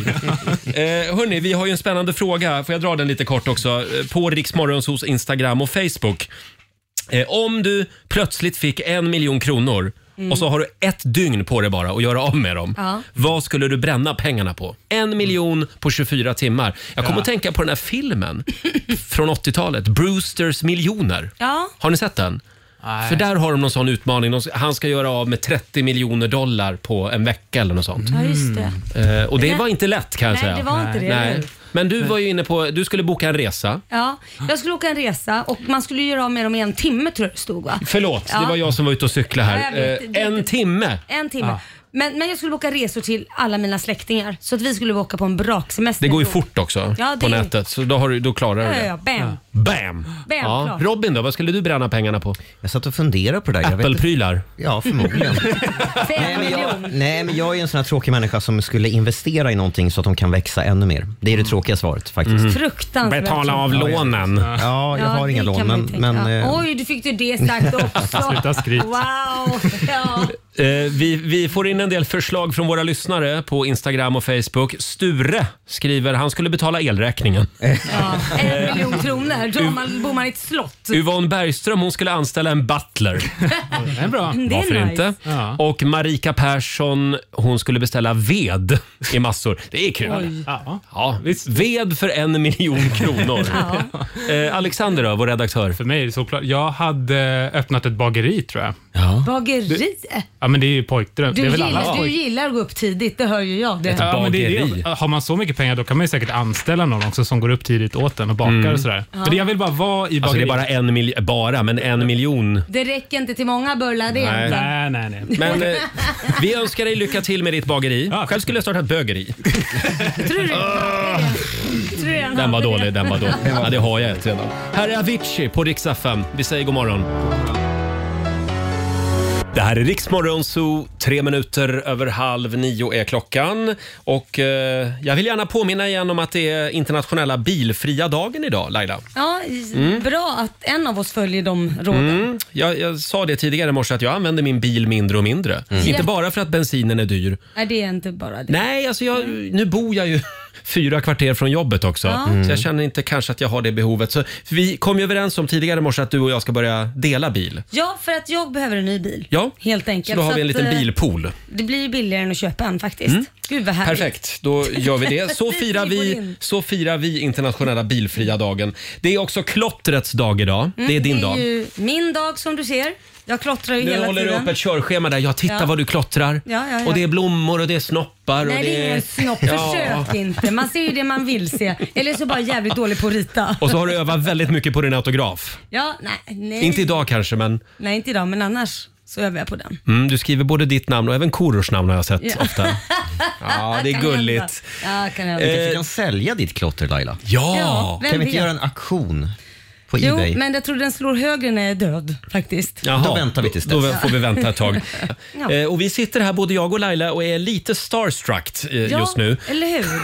Speaker 1: Eh, hörni, vi har ju en spännande fråga. Får jag dra den lite kort också? Eh, På Riksmorgonsos Instagram och Facebook. Eh, om du plötsligt fick en miljon kronor
Speaker 2: Mm.
Speaker 1: och så har du ett dygn på dig bara att göra av med dem.
Speaker 2: Ja.
Speaker 1: Vad skulle du bränna pengarna på? En miljon på 24 timmar. Jag kommer
Speaker 2: Ja.
Speaker 1: att tänka på den här filmen från 80-talet, Brewsters miljoner.
Speaker 2: Ja.
Speaker 1: Har ni sett den? För där har de någon sån utmaning. De- Han ska göra av med 30 miljoner dollar på en vecka eller något sånt.
Speaker 2: Ja, just det.
Speaker 1: Eh, och det
Speaker 2: Nej.
Speaker 1: var inte lätt kan jag
Speaker 2: Nej,
Speaker 1: säga.
Speaker 2: det var inte det, eller
Speaker 1: Nej.
Speaker 2: hur?
Speaker 1: Men du var ju inne på, du skulle boka en resa.
Speaker 2: Ja, jag skulle åka en resa och man skulle göra av med dem i en timme tror jag det stod va?
Speaker 1: Förlåt,
Speaker 2: Ja.
Speaker 1: det var jag som var ute och cyklade
Speaker 2: Ja,
Speaker 1: här.
Speaker 2: jag vet,
Speaker 1: Eh,
Speaker 2: det-
Speaker 1: en timme.
Speaker 2: En timme.
Speaker 1: Ja.
Speaker 2: Men, men jag skulle boka resor till alla mina släktingar så att vi skulle åka på en braksemester.
Speaker 1: Det går ju fort också
Speaker 2: Ja, det
Speaker 1: på
Speaker 2: är-
Speaker 1: nätet, så då, har du, då klarar du
Speaker 2: Ja,
Speaker 1: det.
Speaker 2: ja, ja, bam.
Speaker 1: Bam!
Speaker 2: Bam, klart.
Speaker 1: Robin då, vad skulle du bränna pengarna på?
Speaker 4: Jag satt och funderade på det där.
Speaker 1: Apple-prylar?
Speaker 4: Ja, förmodligen.
Speaker 2: Fem miljoner.
Speaker 4: Nej, men jag är en sån här tråkig människa som skulle investera i någonting så att de kan växa ännu mer. Det är det tråkiga svaret faktiskt.
Speaker 2: Mm. Fruktansvärt. Betala av
Speaker 4: Ja, jag-
Speaker 1: lånen.
Speaker 4: Ja, jag
Speaker 2: Ja,
Speaker 4: har
Speaker 2: det
Speaker 4: inga
Speaker 2: kan
Speaker 4: lån,
Speaker 2: man ju
Speaker 4: men...
Speaker 2: tänka.
Speaker 4: men eh,
Speaker 2: Oj, du fick ju det sagt också.
Speaker 1: Sluta skryt.
Speaker 2: Wow. Ja.
Speaker 1: Eh, vi, vi får in en del förslag från våra lyssnare på Instagram och Facebook. Sture skriver, han skulle betala elräkningen.
Speaker 17: Mm.
Speaker 2: En miljon kronor, då har man, bor man i ett slott.
Speaker 1: Yvonne Bergström, hon skulle anställa en butler. Mm.
Speaker 2: Det är bra.
Speaker 1: Varför inte? Och Marika Persson, hon skulle beställa ved i massor. Det är kul.
Speaker 13: Oj. Ja.
Speaker 1: Ja, visst. Ved för en miljon kronor. eh, Alexander då, vår redaktör?
Speaker 17: För mig är det såklart. Jag hade öppnat ett bageri tror jag.
Speaker 1: Ja.
Speaker 2: Bageri.
Speaker 17: Ja, men det är ju pojkdröm.
Speaker 2: Du
Speaker 17: det är väl alla
Speaker 2: gillar, du
Speaker 17: pojk-
Speaker 2: gillar att gå upp tidigt, det hör ju jag. Det.
Speaker 17: Ja, men det är det. Har man så mycket pengar då kan man ju säkert anställa någon också som går upp tidigt åt en och bakar
Speaker 1: Mm.
Speaker 17: och sådär.
Speaker 2: Ja.
Speaker 17: Men jag vill bara vara i bageriet.
Speaker 1: Alltså det är bara en miljon, bara, men en miljon.
Speaker 2: Det räcker inte till många bullar det egentligen.
Speaker 1: nej, Men eh, vi önskar dig lycka till med ditt bageri. Själv skulle jag starta ett bögeri.
Speaker 2: Tror du
Speaker 1: Den
Speaker 2: redan
Speaker 1: var
Speaker 2: hade det?
Speaker 1: dålig, den var dålig. Ja, det har jag ett redan. Här är Avicii på Rix FM. Vi säger god morgon. Det här är Riksmorgon Zoo, tre minuter över halv nio är klockan. Och eh, jag vill gärna påminna igen om att det är internationella bilfria dagen idag, Laila.
Speaker 2: Ja, i-
Speaker 1: Mm.
Speaker 2: bra att en av oss följer de råden.
Speaker 1: Mm. Jag, jag sa det tidigare i morse att jag använder min bil mindre och mindre. Inte
Speaker 2: Ja.
Speaker 1: bara för att bensinen är dyr.
Speaker 2: Nej, det är inte bara det.
Speaker 1: Nej, alltså jag, nu bor jag ju fyra kvarter från jobbet också.
Speaker 2: Ja. Mm.
Speaker 1: Så jag känner inte kanske att jag har det behovet. Så vi kom ju överens om tidigare i morse att du och jag ska börja dela bil.
Speaker 2: Ja, för att jag behöver en ny bil.
Speaker 1: Ja,
Speaker 2: Helt enkelt.
Speaker 1: så då har vi en
Speaker 2: att,
Speaker 1: liten
Speaker 2: eh,
Speaker 1: bilpool.
Speaker 2: Det blir ju billigare än att köpa en faktiskt.
Speaker 1: Mm.
Speaker 2: Gud vad härligt.
Speaker 1: Perfekt, då gör vi det. Så
Speaker 2: Vi
Speaker 1: firar
Speaker 2: går
Speaker 1: vi,
Speaker 2: in.
Speaker 1: så firar vi internationella bilfria dagen. Det är också klottrets dag idag.
Speaker 2: Mm,
Speaker 1: det är din dag.
Speaker 2: ju min dag som du ser. Jag klottrar ju
Speaker 1: Nu
Speaker 2: hela
Speaker 1: håller du
Speaker 2: tiden.
Speaker 1: upp ett körschema där. Ja, titta
Speaker 2: Ja.
Speaker 1: vad du klottrar.
Speaker 2: Ja, ja, ja.
Speaker 1: Och det är blommor och det är snoppar.
Speaker 2: Nej,
Speaker 1: och
Speaker 2: det är ingen snopp.
Speaker 1: Ja.
Speaker 2: Försök inte. Man ser ju det man vill se. Eller så bara jävligt dålig på att rita.
Speaker 1: Och så har du övat väldigt mycket på din autograf.
Speaker 2: Ja, nej, nej.
Speaker 1: Inte idag kanske, men
Speaker 2: Nej, inte idag, men annars så övar jag på den.
Speaker 1: mm, du skriver både ditt namn och även Korosh namn har jag sett
Speaker 2: Ja.
Speaker 1: ofta. Ja, det är
Speaker 2: Kan
Speaker 1: gulligt. Eh,
Speaker 2: hända. Ja, kan
Speaker 4: Vi kanske
Speaker 2: hända.
Speaker 4: kan sälja ditt klotter Laila?
Speaker 1: Ja!
Speaker 2: Ja, vem
Speaker 4: kan vi
Speaker 2: vet?
Speaker 4: inte göra en auktion på
Speaker 2: Jo,
Speaker 4: Ebay?
Speaker 2: men jag tror den slår högre när jag är död faktiskt.
Speaker 4: Då väntar vi tills
Speaker 1: Då
Speaker 4: dess.
Speaker 1: får vi vänta ett tag.
Speaker 2: Ja.
Speaker 1: Eh, och vi sitter här, både jag och Laila, och är lite starstruck eh,
Speaker 2: Ja,
Speaker 1: just nu.
Speaker 2: eller hur?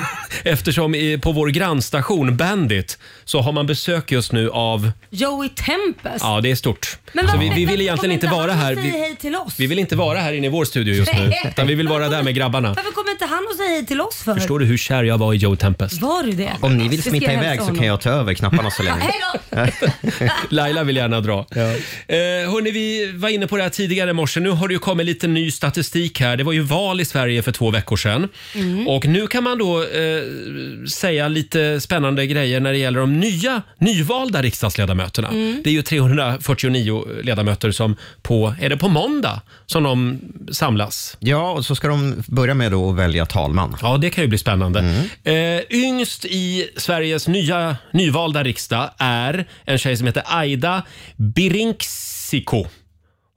Speaker 1: Eftersom i, på vår grannstation Bandit så har man besök just nu av...
Speaker 2: Joey Tempest.
Speaker 1: Ja, det är stort.
Speaker 2: Men
Speaker 1: så
Speaker 2: varför-
Speaker 1: vi, vi vill
Speaker 2: varför
Speaker 1: egentligen
Speaker 2: kommer
Speaker 1: inte
Speaker 2: han
Speaker 1: vara
Speaker 2: och
Speaker 1: här.
Speaker 2: säger
Speaker 1: Vi,
Speaker 2: hej till oss?
Speaker 1: vi vill inte vara här inne i vår studio just nu.
Speaker 2: Nej.
Speaker 1: Utan vi vill vara där med grabbarna.
Speaker 2: Varför kommer inte han och säger hej till oss för?
Speaker 1: Förstår du hur kär jag var i Joe Tempest?
Speaker 2: Var du det?
Speaker 4: Om ni vill
Speaker 2: Det ska
Speaker 4: smita
Speaker 2: jag hälsa
Speaker 4: iväg så
Speaker 2: honom.
Speaker 4: kan jag ta över knapparna så länge.
Speaker 2: Hej då!
Speaker 1: Laila vill gärna dra. Eh, hörni, vi var inne på det här tidigare i morse. Nu har det ju kommit lite ny statistik här. Det var ju val i Sverige för två veckor sedan.
Speaker 16: Mm.
Speaker 1: Och nu kan man då eh, säga lite spännande grejer när det gäller de nya, nyvalda riksdagsledamöterna.
Speaker 16: Mm.
Speaker 1: Det är ju 349 ledamöter som på, är det på måndag som de samlas?
Speaker 4: Ja, och så ska de börja med då att välja talman.
Speaker 1: Ja, det kan ju bli spännande. Eh, yngst i Sveriges nya nyvalda riksdag är en tjej som heter Aida Birinxiko.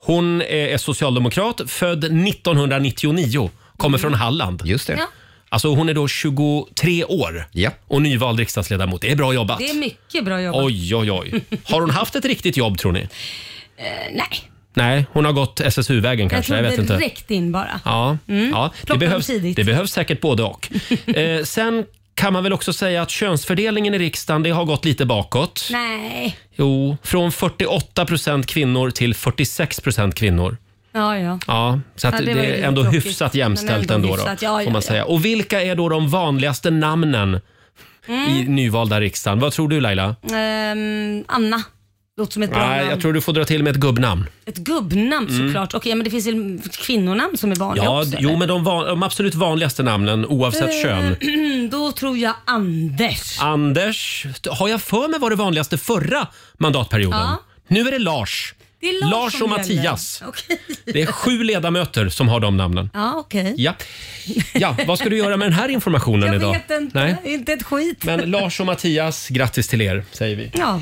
Speaker 1: Hon är är socialdemokrat, född 1999, kommer från Halland.
Speaker 4: Just det.
Speaker 2: Ja.
Speaker 1: Alltså hon är då 23 år och nyvald riksdagsledamot. Det är bra jobbat.
Speaker 2: Det är mycket bra jobbat.
Speaker 1: Oj, oj, oj. Har hon haft ett riktigt jobb tror ni?
Speaker 2: Eh, nej,
Speaker 1: Nej, hon har gått SSU-vägen
Speaker 2: jag
Speaker 1: kanske. Jag,
Speaker 2: tror
Speaker 1: vet inte.
Speaker 2: direkt in bara.
Speaker 1: Ja,
Speaker 2: Mm.
Speaker 1: ja det,
Speaker 2: Plocka dem
Speaker 1: behövs,
Speaker 2: tidigt.
Speaker 1: det behövs säkert både och. eh, sen kan man väl också säga att könsfördelningen i riksdagen det har gått lite bakåt.
Speaker 2: Nej,
Speaker 1: Jo, från 48 procent kvinnor till 46 procent kvinnor.
Speaker 2: ja ja.
Speaker 1: Ja, så att
Speaker 2: Ja, det
Speaker 1: det,
Speaker 2: var ju
Speaker 1: är
Speaker 2: lite
Speaker 1: ändå
Speaker 2: tråkigt.
Speaker 1: hyfsat
Speaker 2: Men
Speaker 1: jämställt
Speaker 2: ändå
Speaker 1: ändå.
Speaker 2: hyfsat,
Speaker 1: då,
Speaker 2: ja,
Speaker 1: får
Speaker 2: ja,
Speaker 1: man
Speaker 2: ja.
Speaker 1: säga. Och vilka är då de vanligaste namnen
Speaker 2: Mm.
Speaker 1: i nyvalda riksdagen? Vad tror du Laila?
Speaker 2: Ehm, Anna. Låter som ett bra
Speaker 1: Nej,
Speaker 2: namn.
Speaker 1: jag tror du får dra till med ett gubbnamn.
Speaker 2: Ett gubbnamn
Speaker 1: Mm.
Speaker 2: såklart. Okej, men det finns ju kvinnonamn som är vanliga
Speaker 1: Ja,
Speaker 2: också. Eh,
Speaker 1: jo, men de, van, de absolut vanligaste namnen oavsett kön.
Speaker 2: kön. Då tror jag Anders.
Speaker 1: Anders, har jag för mig var det vanligaste förra mandatperioden.
Speaker 2: Ja.
Speaker 1: Nu är det Lars.
Speaker 2: Det är Lars,
Speaker 1: Lars
Speaker 2: som
Speaker 1: och
Speaker 2: gäller.
Speaker 1: Mattias.
Speaker 2: Okej.
Speaker 1: Det är sju ledamöter som har de namnen.
Speaker 2: Ja, okej.
Speaker 1: Ja. ja, vad ska du göra med den här informationen
Speaker 2: Jag
Speaker 1: idag?
Speaker 2: vet inte.
Speaker 1: Nej.
Speaker 2: Inte ett skit.
Speaker 1: Men Lars och Mattias, grattis till er säger vi.
Speaker 2: Ja.